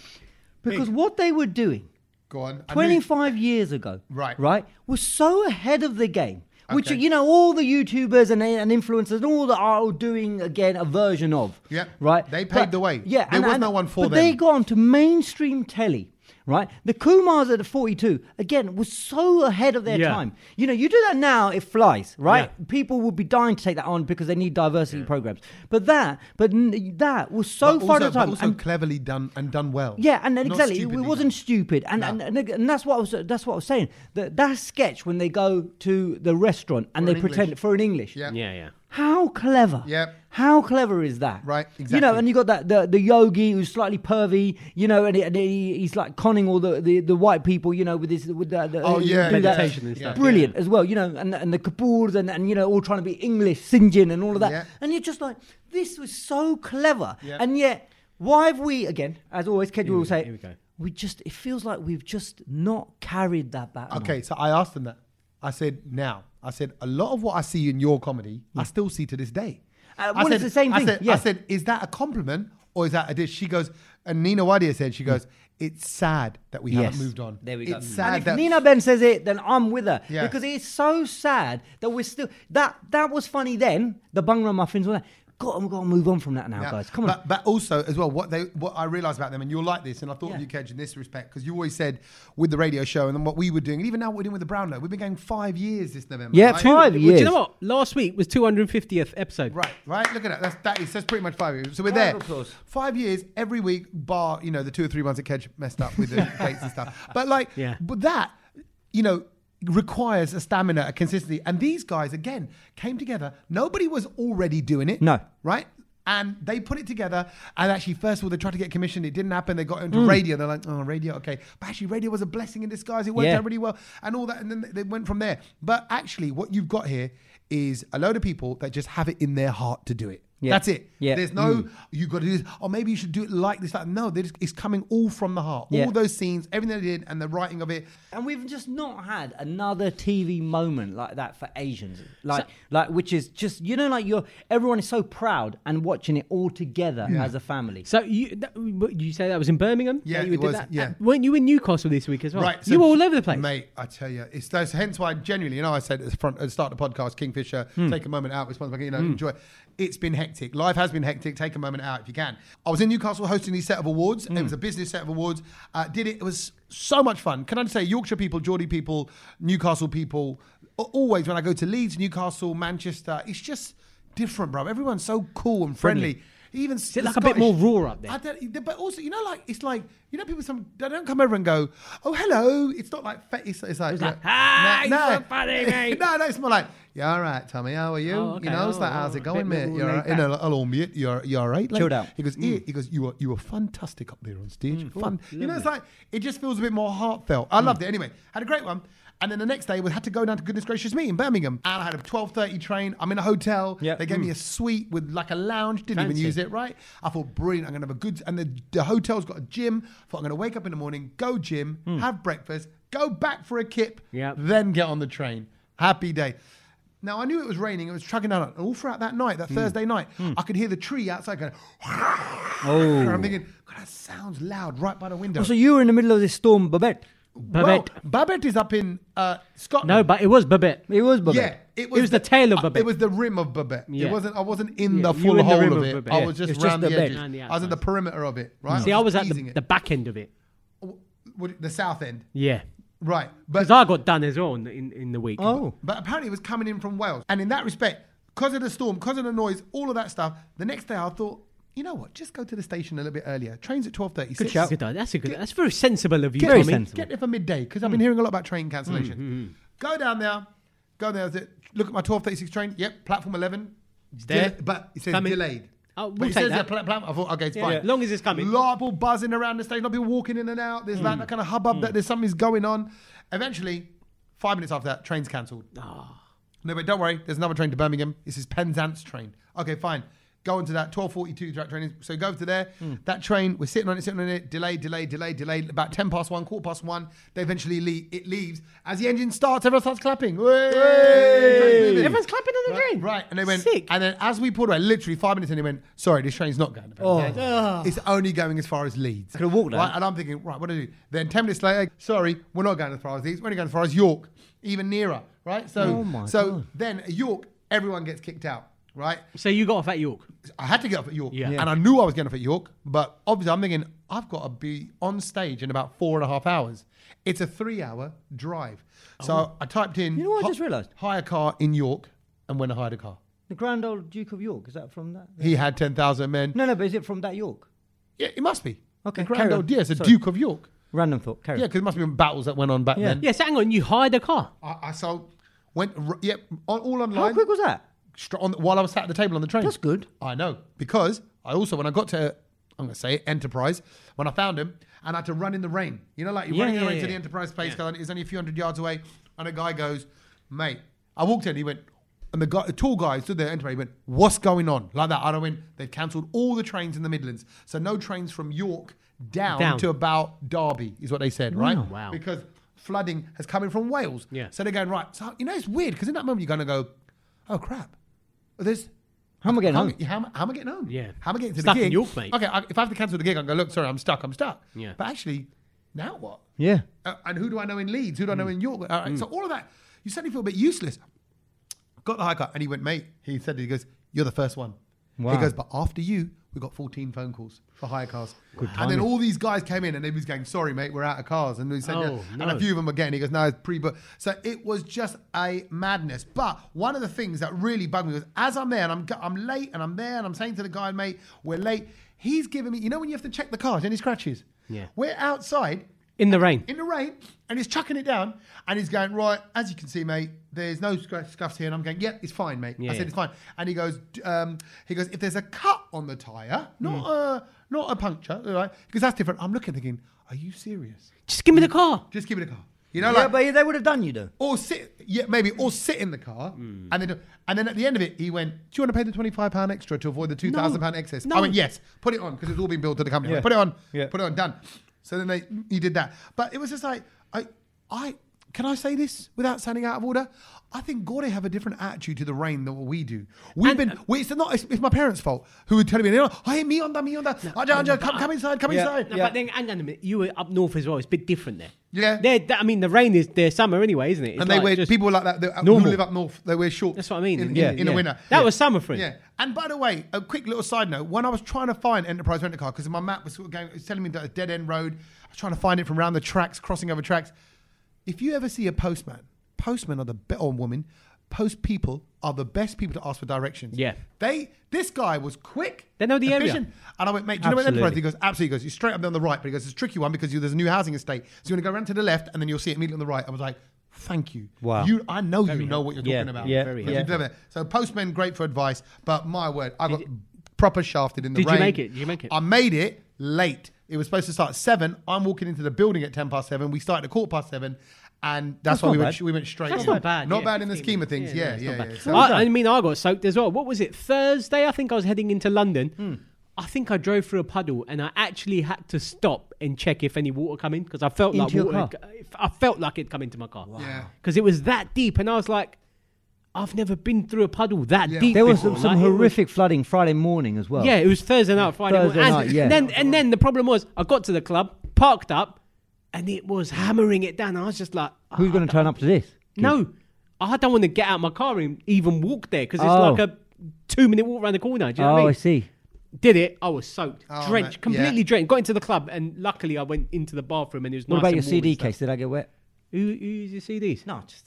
C: because what they were doing
A: Go on. I knew-
C: 25 years ago,
A: Right.
C: right, was so ahead of the game. Which
A: Okay.
C: you know, all the YouTubers and, and influencers and all that are doing again a version of.
A: Yeah.
C: right.
A: They paved the way.
C: Yeah,
A: There was no one for
C: but they
A: them.
C: got onto mainstream telly. Right, the Kumars at 42 again was so ahead of their
B: Yeah.
C: time. You know, you do that now, it flies, right?
B: Yeah.
C: People would be dying to take that on because they need diversity programs. But that, but n- that was
A: But
C: so far
A: also-
C: ahead of
A: but
C: time.
A: also
C: and
A: cleverly done and done well.
C: yeah, and then
A: Not
C: exactly, it
A: stupidly
C: wasn't
A: done.
C: stupid, and, and, and and that's what I was that's what I was saying. That that sketch when they go to the restaurant and
A: For
C: they
A: an
C: pretend
A: English.
C: for an English.
A: Yeah.
B: Yeah, yeah.
C: How clever!
A: Yep.
C: How clever is that?
A: Right,
C: You know,
A: exactly.
C: and you got that the, the yogi who's slightly pervy, you know, and, he, and he, he's like conning all the, the, the white people, you know, with his with the, the
A: Oh,
C: he
A: yeah,
C: do that.
B: Meditation and stuff,
C: Brilliant
B: yeah.
C: as well, you know, and and the Kapoors and, and you know all trying to be English, Sinjin and all of that,
A: Yeah.
C: and you're just like, this was so clever,
A: Yeah.
C: and yet why have we again, as always, Kedge will
B: we go,
C: say,
B: here we go.
C: we just it feels like we've just not carried that back.
A: Okay, so I asked them that. I said, now, I said, a lot of what I see in your comedy, I still see to this day.
C: Uh,
A: I
C: well,
A: said,
C: it's the same
A: I
C: thing,
A: said, I
C: yeah.
A: said, is that a compliment or is that a dish? She goes, and Nina Wadia said, she goes, it's sad that we haven't
C: Mm. Yes.
A: moved on.
C: There we
A: it's
C: go.
A: Sad
C: and if
A: that
C: Nina Ben says it, then I'm with her
A: Yeah.
C: because it's so sad that we're still that that was funny then. The bungra muffins were that. got, we've got to move on from that now,
A: Yeah.
C: Oh, guys. Come on.
A: But, but also as well, what they what I realised about them, and you'll like this, and I thought of
C: Yeah.
A: you, Kedge, in this respect, because you always said with the radio show and then what we were doing, and even now what we're doing with the Brownlow, we've been going five years this November.
C: Yeah,
A: right?
C: five
B: Well,
C: years.
B: Do you know what? Last week was 250th episode.
A: Right, right. Look at that. That's that is that's pretty much five years. So we're
C: Round
A: there.
C: of applause.
A: Five years every week, bar you know the two or three months that Kedge messed up with the dates and stuff. But like,
B: Yeah.
A: but that you know requires a stamina, a consistency, and these guys again came together. Nobody was already doing it.
C: No.
A: right. And they put it together, and actually, first of all, they tried to get commissioned. It didn't happen. They got
C: Hmm.
A: into radio. They're like, "Oh, radio, okay." But actually, radio was a blessing in disguise. It worked
C: Yeah.
A: out really well, and all that. And then they went from there. But actually, what you've got here is a load of people that just have it in their heart to do it.
C: Yeah.
A: That's it.
C: Yeah. Hmm.
A: There's no you got to do this, or maybe you should do it like this. Like no, they're just, it's coming all from the heart.
C: Yeah.
A: All those scenes, everything they did, and the writing of it.
C: And we've just not had another TV moment like that for Asians, like like which is just you know like you're everyone is so proud and watching it all together as a family.
B: So you that, what, you say that was in Birmingham?
A: Yeah,
B: That you
A: it
B: did
A: was,
B: that?
A: yeah.
B: Uh, weren't you in Newcastle this week as well?
A: Right,
B: you were all over the place.
A: mate. I tell you, it's that's hence why genuinely, you know, I said at the front at the start of the podcast, Kingfisher,
B: Hmm.
A: take a moment out, respond back, you know, enjoy. It's been hectic. Life has been hectic. Take a moment out if you can. I was in Newcastle hosting these set of awards.
B: Hmm.
A: It was a business set of awards. Uh, did it? It was so much fun. Can I just say, Yorkshire people, Geordie people, Newcastle people, a- always when I go to Leeds, Newcastle, Manchester, it's just different, bro. Everyone's so cool and friendly. Even is
B: it like a bit more raw up there?
A: I don't, but also, you know, like it's like you know, people some they don't come over and go, "Oh, hello." It's not like fe- it's, it's like,
B: It's like,
A: no,
B: "Hi,
A: no,
B: you're
A: no."
B: funny, mate.
A: no, no, it's more like, "Yeah, all right, Tommy, how are you?"
B: Oh, okay.
A: You know, it's
B: Oh,
A: like,
B: oh,
A: "How's it
B: a
A: going,
B: bit
A: mate?
B: more
A: You're all
B: laid
A: right." You know, like, "I'll admit you're you're all right." Like,
C: Chilled out.
A: He goes,
B: Mm.
A: "Yeah," "He goes, you were you were fantastic up there on stage, fun." You know, it's like it just feels a bit more heartfelt.
B: Mm.
A: I loved it. Anyway, had a great one. And then the next day, we had to go down to goodness gracious me in Birmingham. And I had a twelve thirty train. I'm in a hotel.
C: Yeah.
A: They gave me a suite with like a lounge. Didn't
B: Mm. Fancy.
A: even use it it, right? I thought, brilliant, I'm going to have a good, and the, the hotel's got a gym. thought, I'm going to wake up in the morning, go gym, have breakfast, go back for a kip,
B: Hmm. Yep.
A: then get on the train. Happy day. Now, I knew it was raining, it was chugging down. And all throughout that night,
B: Hmm.
A: that Thursday night, I could hear the tree outside going,
C: Oh.
A: and I'm thinking, God, that sounds loud right by the window.
C: So you were in the middle of this storm, Babette.
A: well,
B: Babette.
A: Babette is up in uh, Scotland.
B: No, but it was Babette.
C: It was Babette.
A: Yeah, it was,
B: was the tail of
A: uh,
B: Babette.
A: It was the rim of Babette. It
B: Yeah.
A: wasn't. I wasn't in
B: Yeah,
A: the
B: you
A: full
B: were in the
A: whole
B: rim
A: of
B: of
A: it.
B: Babette.
A: I
B: Yeah,
A: was just
C: it's just
A: round
C: the
A: the
C: bed.
A: edges.
B: Round the
A: I was in the
B: outsides.
A: perimeter of it. Right.
B: See, I was at
A: teasing
B: the,
A: it.
B: the back end of it.
A: W- w- the south end.
B: Yeah.
A: Right. But
B: Because I got done as well in, in, in the week.
C: Oh,
A: but apparently it was coming in from Wales. And in that respect, because of the storm, because of the noise, all of that stuff, the next day I thought, you know what, just go to the station a little bit earlier. Train's at twelve thirty.
B: Good shout. That's, a good, that's very sensible Hmm. of you,
C: Very
B: Tommy.
C: sensible.
A: Get there for midday because I've been hearing a lot about train cancellation.
B: hmm.
A: Go down there, go there. th- Look at my twelve thirty six train. Yep, platform eleven. It's
B: there.
A: but it says
B: Coming.
A: delayed.
B: Oh,
A: but
B: we'll
A: it
B: take
A: says
B: that.
A: pla- platform. I thought, okay, it's
B: Yeah,
A: fine.
B: yeah. Long as it's coming. Hmm.
A: Lot of people buzzing around the station. Lot of people walking in and out. There's like that kind of hubbub that there's something's going on. Eventually, five minutes after that, train's cancelled. No, but don't worry. There's another train to Birmingham. This is Penzance train. Okay, fine. Go onto that 12:42 direct train. is- So go to there. That train. We're sitting on it, sitting on it. Delay, delay, delay, delay. About ten past one, quarter past one. They eventually leave. It leaves. As the engine starts, everyone starts clapping. Way! Train's moving.
B: Everyone's clapping on the
A: Right,
B: train.
A: Right, and they went.
B: Sick.
A: And then as we pulled away, literally five minutes in, they went, "Sorry, this train's not going. to Birmingham. It's only going as far as Leeds."
C: Oh. Could've walked there.
A: Right, and I'm thinking, right, what do I do? Then ten minutes later, sorry, we're not going as far as Leeds. We're only going as far as York, even nearer. Right, so
C: Oh my
A: so
C: God.
A: then at York, everyone gets kicked out. Right,
B: So you got off at York.
A: I had to get up at York,
B: Yeah. Yeah.
A: and I knew I was going up at York, but obviously I'm thinking I've got to be on stage in about four and a half hours. It's a three-hour drive, so I typed in.
C: Oh. You know what I
A: hi-
C: just realised?
A: Hire car in York, and when I hired a car.
C: the Grand Old Duke of York. Is that from that?
A: He had 10,000 men.
C: No, no, but is it from that York?
A: Yeah, it must be.
C: Okay,
A: The grand
C: carry
A: old,
C: on.
A: yeah, it's a
C: Sorry.
A: Duke of York.
C: Random thought. Carry
A: Yeah,
C: on.
A: because it must be battles that went on back
C: Yeah.
A: then.
B: Yes, hang on. You hired a car.
A: I, I so went, r- yep, on, all online.
C: How quick was that?
A: str- on, while I was sat at the table on the train.
C: That's good.
A: I know because I also when I got to I'm going to say it, Enterprise when I found him and I had to run in the rain. You know, like you're
B: Yeah,
A: running in the
B: yeah,
A: rain to
B: yeah.
A: the Enterprise space because it's only a few hundred yards away. And a guy goes, "Mate," I walked in. He went. And the, guy, the tall guy stood there, at Enterprise. He went, "What's going on?" Like that. And I went, "They've cancelled all the trains in the Midlands, so no trains from York down,
B: Down. Oh,
A: to about Derby is what they said, right?
B: Wow.
A: Because flooding has come in from Wales.
B: Yeah.
A: So they're going right. So you know it's weird because in that moment you're going to go, "Oh crap, there's
C: How am I getting
A: how,
C: home?
A: am- How, am- how am I getting home?
B: Yeah.
A: How am I getting to
B: Stuck
A: the
B: in
A: gig?
B: York, mate.
A: Okay, I, if I have to cancel the gig, I can go, look, sorry, I'm stuck, I'm stuck.
B: Yeah.
A: But actually, now what?
C: Yeah.
A: Uh, and who do I know in Leeds? Who do I
B: Hmm.
A: know in York? All right, So all of that, you suddenly feel a bit useless. Got the high cut, and he went, mate, he said, he goes, you're the first one. He
D: Wow.
A: goes, but after you, we got 14 phone calls for hire cars. and then all these guys came in and they was going, sorry, mate, we're out of cars. And we said,
B: Oh,
A: yeah. and a
B: no.
A: few of them again. He goes, no, it's pre-booked. So it was just a madness. But one of the things that really bugged me was as I'm there and I'm, go- I'm late and I'm there and I'm saying to the guy, mate, we're late. He's giving me, you know when you have to check the cars, any scratches?
B: Yeah.
A: We're outside
B: in the rain.
A: in the rain and he's chucking it down and he's going, right, as you can see, mate, there's no scra- scuffs here. And I'm going, yeah, it's fine, mate. I
B: Yeah.
A: said, it's fine. And he goes, d- um, he goes, if there's a cut on the tyre,
B: Hmm.
A: not, a, not a puncture, all right? Because that's different. I'm looking thinking, are you serious?
B: Just give me the car.
A: Just give it a car. You know,
C: yeah,
A: like,
C: but they would have done you though.
A: or sit, yeah, maybe, or sit in the car,
D: Hmm.
A: and then, and then at the end of it, he went, "Do you want to pay the twenty-five pound extra to avoid the two thousand thousand pound excess?" I
B: No.
A: went, "Yes, put it on because it's all been billed to the company.
D: Yeah.
A: Put it on,
D: Yeah.
A: put it on, done." So then they, he did that, but it was just like, I, I can I say this without sounding out of order? I think Gordy have a different attitude to the rain than what we do. We've
B: And-
A: been, we, it's not, it's, it's my parents' fault who would tell me, "Hey, me on that, me on that, Ajay, Ajay, come, come inside, come
C: Yeah.
A: inside."
B: No,
C: Yeah.
B: But then, hang on a minute. You were up north as well. It's a bit different there.
A: Yeah.
B: There, I mean, the rain is their summer anyway, isn't it? It's
A: and they
B: like
A: wear
B: just-
A: people like that they, uh, who
B: normal.
A: live up north. They wear shorts.
B: That's what I mean.
A: In,
B: Yeah,
A: in, in the
B: yeah.
A: winter,
B: That was summer for him.
A: Yeah. And by the way, a quick little side note: when I was trying to find Enterprise Rent a Car, because my map was sort of going, it was telling me that a dead end road. I was trying to find it from around the tracks, crossing over tracks. If you ever see a postman, postmen are the best, or woman, post people are the best people to ask for directions.
B: Yeah.
A: They. This guy was quick.
B: They know the area.
A: efficient. And I went, mate, do you know
B: Absolutely.
A: what Enterprise? He goes, absolutely. He goes, you're straight up down the right, but he goes, it's a tricky one because you, there's a new housing estate. So you want to go around to the left, and then you'll see it immediately on the right. I was like, thank you.
C: Wow.
A: You, I know you know what you're talking
C: Yeah,
A: about.
C: yeah,
A: Very
C: yeah.
A: clever. So postmen, great for advice, but my word, I got proper shafted in the
B: Did you
A: rain.
B: make it? Did you make it?
A: I made it late. It was supposed to start at seven. I'm walking into the building at ten past seven. We started at quarter past seven, and that's,
C: That's
A: why we
C: not
A: went.
C: bad.
A: We went straight.
B: That's
A: in.
B: not bad.
A: Not
B: yeah,
A: bad in the
B: 15
A: scheme of things.
B: minutes.
A: Yeah,
B: it's
A: yeah,
B: not
A: yeah.
B: bad.
A: So-
B: I, I mean, I got soaked as well. What was it? Thursday, I think I was heading into London.
A: Hmm.
B: I think I drove through a puddle and I actually had to stop and check if any water come in because I felt
C: Into your
B: like water. had- I felt like it'd come into my car.
A: Yeah.
B: Because it was that deep, and I was like, I've never been through a puddle that
A: Yeah.
B: deep.
C: There was
B: before.
C: some, some
B: Like, it was-
C: horrific flooding Friday morning as well.
B: yeah, it was Thursday night, Friday
C: Thursday
B: morning.
C: night,
B: and
C: yeah.
B: then and then the problem was I got to the club, parked up, and it was hammering it down. I was just like, oh,
C: Who's going to turn up to this?
B: no, I don't want to get out of my car and even walk there because it's
C: Oh.
B: like a two minute walk around the corner. Do you know what I
C: Oh,
B: mean?
C: I see.
B: Did it? I was soaked,
A: Oh,
B: drenched,
A: mate,
B: completely
A: yeah.
B: drenched. Got into the club and luckily I went into the bathroom and it was
C: What
B: nice
C: about
B: and
C: your
B: warm
C: CD
B: and stuff.
C: case? Did I get wet?
B: Who, who's your CDs?
C: No, just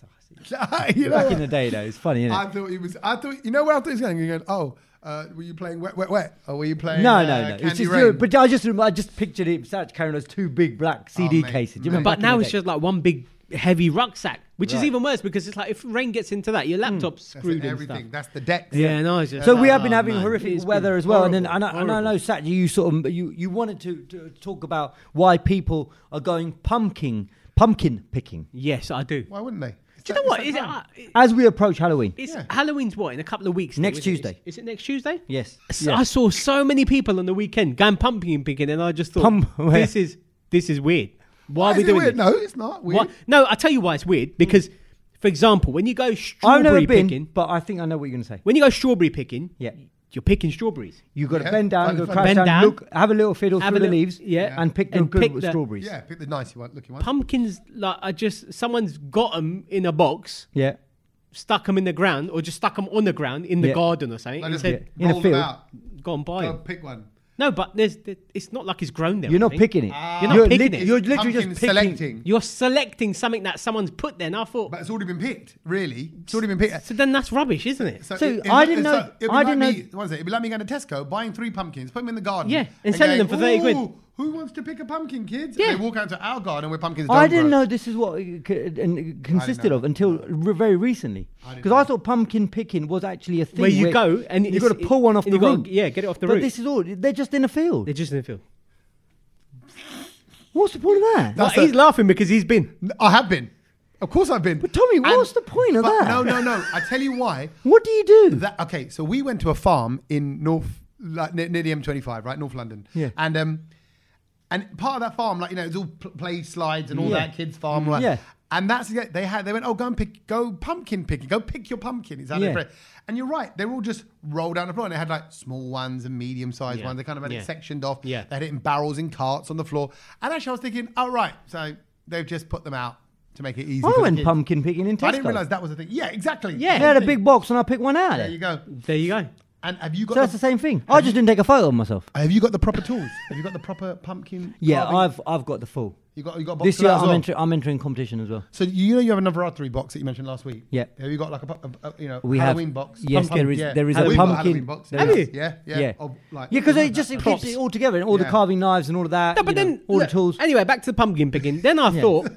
A: you know,
C: back in the day though. It's funny, isn't
A: I
C: it?
A: thought he was. I thought you know where I thought he was going. He going, oh, uh, were you playing wet, wet, wet, or were you playing?
C: No,
A: uh,
C: no, no.
A: Candy
C: It's just,
A: Rain?
C: you but I just, remember- I just pictured it sat carrying those two big black CD
A: mate,
C: cases. Do you
A: mate.
C: remember
B: But
C: back in
B: now
C: the
B: it's
C: day?
B: just like one big heavy rucksack, which is
C: Right.
B: even worse because it's like if rain gets into that, your laptop's
A: That's
B: screwed and
A: everything.
B: stuff.
A: That's the decks.
B: Yeah, no, it's just
C: Hmm. So we have been
B: Oh,
C: having
B: man.
C: horrific
B: It's been
C: weather as well, and then and
B: horrible,
C: I, and I
B: horrible.
C: know Sat, you sort of you, you wanted to, to talk about why people are going pumpkin pumpkin picking
B: Yes, I do.
A: Why wouldn't they? It's
B: Do you
A: that-
B: know what?
A: it's
B: Is
A: that
B: it,
A: time.
B: uh,
C: as we approach Halloween.
B: it's
A: Yeah.
B: Halloween's what in a couple of weeks. now,
C: Next
B: isn't it?
C: Tuesday.
B: Is, is it next Tuesday?
C: Yes,
B: S-
C: Yeah.
B: I saw so many people on the weekend going pumpkin picking, and I just thought
C: Pump- where?
B: this is this is weird. Why,
A: Why
B: are we
A: is it
B: doing
A: weird?
B: this?
A: No, it's not weird.
B: Why- no, I tell you why it's weird because, for example, when you go
C: Mm. I've never
B: strawberry
C: been,
B: picking,
C: but I think I know what you're going to say.
B: when you go strawberry picking,
C: Yeah.
B: you're picking strawberries.
C: You got to
A: Yeah.
C: bend down,
A: Find-
C: go
A: find-
C: crouch
B: Bend
C: down,
B: down.
C: look, have a little fiddle
B: Have
C: through
B: a
C: the
B: little-
C: leaves,
B: yeah.
C: and pick the
B: And
C: good
B: pick
C: with
B: the-
C: strawberries.
A: Yeah, pick the nice one, looking one.
B: Pumpkins, like, are just someone's got them in a box,
C: Yeah.
B: stuck them in the ground, or just stuck them on the ground in the
C: Yeah.
B: garden or something,
A: I
B: and
A: just
B: said,
C: in a
A: roll them
C: field.
A: out.
B: "Go and buy
A: Go
B: them."
A: pick one.
B: No, but there's, there, it's not like it's grown there.
C: You're
B: I
C: not
B: think.
C: picking it.
B: You're not
C: you're
B: picking
C: lit-
B: it.
C: You're literally
A: Pumpkin
C: just picking.
A: selecting,
B: You're selecting something that someone's put there, and I thought,
A: but it's already been picked. Really, it's already been picked.
B: so then that's rubbish, isn't it?
C: so
A: it- it's
C: I
A: like-
C: didn't
A: it's
C: know-
A: like- it'd be
C: I
A: like
C: didn't know-
A: Me, what is it? It'd be like me going to Tesco, buying three pumpkins, put them in the garden.
B: Yeah, and selling them for 30 quid.
A: "Ooh, Who wants to pick a pumpkin, kids?
B: Yeah.
A: And they walk out to our garden where pumpkins.
C: I
A: don't
C: didn't
A: grow.
C: know this is what it c- and consisted
A: know.
C: of until re- very recently.
A: didn't
C: Because
A: know.
C: I thought pumpkin picking was actually a thing.
B: Where you go and
C: you
B: it's-
C: got to pull one off
B: and
C: the
B: you gotta-
C: root.
B: yeah, get it off the
C: but
B: root.
C: this is all. They're just in a field.
B: They're just in the field.
C: What's the point of that?
A: That's
B: Well, he's
A: a-
B: laughing because he's been.
A: I have been. Of course, I've been. But
C: Tommy, what's the point of that?
A: No, no, no. I tell you why.
C: What do you do?
A: That okay? So we went to a farm in North, like, near, near the M25, right, North London.
C: Yeah.
A: And um, and part of that farm, like you know, it's all pl- play slides and all
C: Yeah.
A: that kids' farm, right?
C: Yeah.
A: And that's yeah, they had. They went, oh, go and pick, go pumpkin picking, go pick your pumpkin. Is that
C: Yeah.
A: it? And you're right. They were all just rolled down the floor, and they had like small ones and medium sized
B: Yeah.
A: ones. They kind of had
B: Yeah.
A: it sectioned off.
B: Yeah.
A: They had it in barrels and carts on the floor. And actually, I was thinking, oh right, so they've just put them out to make it easy. for
C: I
A: the
C: went
A: kids.
C: pumpkin picking in Tesco.
A: I didn't realize that was a thing. Yeah, exactly.
B: Yeah.
C: They had a big box, and I picked one out.
A: There you go.
B: There you go.
A: And have you got?
C: So that's the same thing. I just didn't take a photo of myself.
A: Have you got the proper tools? Have you got the proper pumpkin?
C: Yeah,
A: carving?
C: I've I've got the full.
A: You got you got a box
C: This
A: of
C: year
A: that as
C: I'm,
A: well?
C: enter- I'm entering competition as well.
A: So you know you have another artery box that you mentioned last week.
C: Yeah.
A: Have you got like a, pu- a, a you know
C: We have-
A: Halloween box?
C: yes,
A: Pumpkin-
C: there is-
A: yeah.
C: there is a
A: We've got
C: pumpkin-
A: Halloween box.
C: there
A: yes.
B: is.
A: Yeah, yeah.
C: Yeah.
A: Of, like,
C: Yeah, because
A: like
C: it
A: that.
C: just it
B: Props.
C: keeps it all together and all
A: Yeah.
C: the carving knives and all of that.
B: No, but
C: you know,
B: then
C: all
B: look,
C: the tools.
B: Anyway, back to the pumpkin picking. Then I thought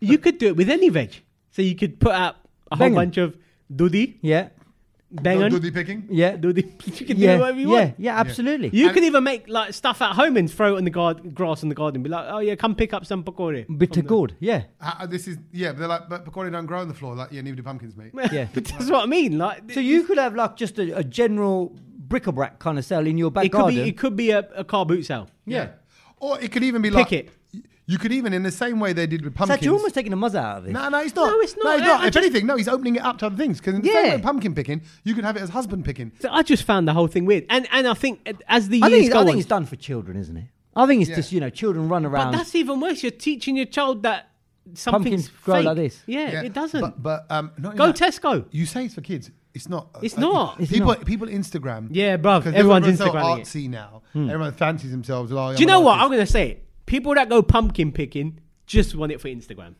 B: you could do it with any veg. So you could put out a whole
C: Bang 'em.
B: bunch of dudi,
C: Yeah,
A: No
B: bangon,
A: doody picking.
C: yeah,
B: dudi. You can
C: yeah,
B: do whatever you
C: yeah,
B: want.
C: yeah, absolutely.
B: You
A: And-
B: could even make like stuff at home and throw it in the guard, grass in the garden. Be like, oh yeah, come pick up some pakora.
C: Bitter gourd, yeah,
A: Uh, this is yeah. But they're like, but pakora don't grow on the floor. Like yeah, neither do pumpkins, mate.
C: yeah.
B: That's what I mean. Like,
C: So you could have like just a, a general bric-a-brac kind of sale in your back
B: it could
C: garden.
B: be it could be a, a car boot sale.
A: Yeah. Or it could even be
B: Pick
A: like
B: it.
A: You could even in the same way they did with
C: so
A: pumpkins.
C: you're almost taking the muzz out of it.
A: No, no, it's not.
B: No, it's
A: No,
B: not.
A: it's not.
B: I- I
A: if
B: just-
A: anything, no, he's opening it up to other things. Because in the
C: Yeah.
A: same way pumpkin picking, you could have it as husband picking.
B: So I just found the whole thing weird. And and I think uh, as the
C: I
B: years
C: think, it's,
B: go
C: I think
B: on,
C: it's done for children, isn't it? I think it's
A: Yeah.
C: just you know children run
B: but
C: around.
B: that's even worse. You're teaching your child that something's
C: Pumpkins grow
B: fake.
C: like this.
B: Yeah, it doesn't.
A: But, but um, not
B: Go
A: in that-
B: Tesco.
A: You say it's for kids. It's not.
B: It's not.
C: It's
A: people,
C: not.
A: people Instagram.
B: Yeah, bruv,
A: 'Cause
B: everyone's
A: everyone's so
B: Instagramming it.
A: artsy
B: Hmm.
A: now. Everyone fancies themselves. Oh, I'm
B: Do you
A: an
B: know what? I'm
A: artist.
B: going to say it. People that go pumpkin picking just want it for Instagram.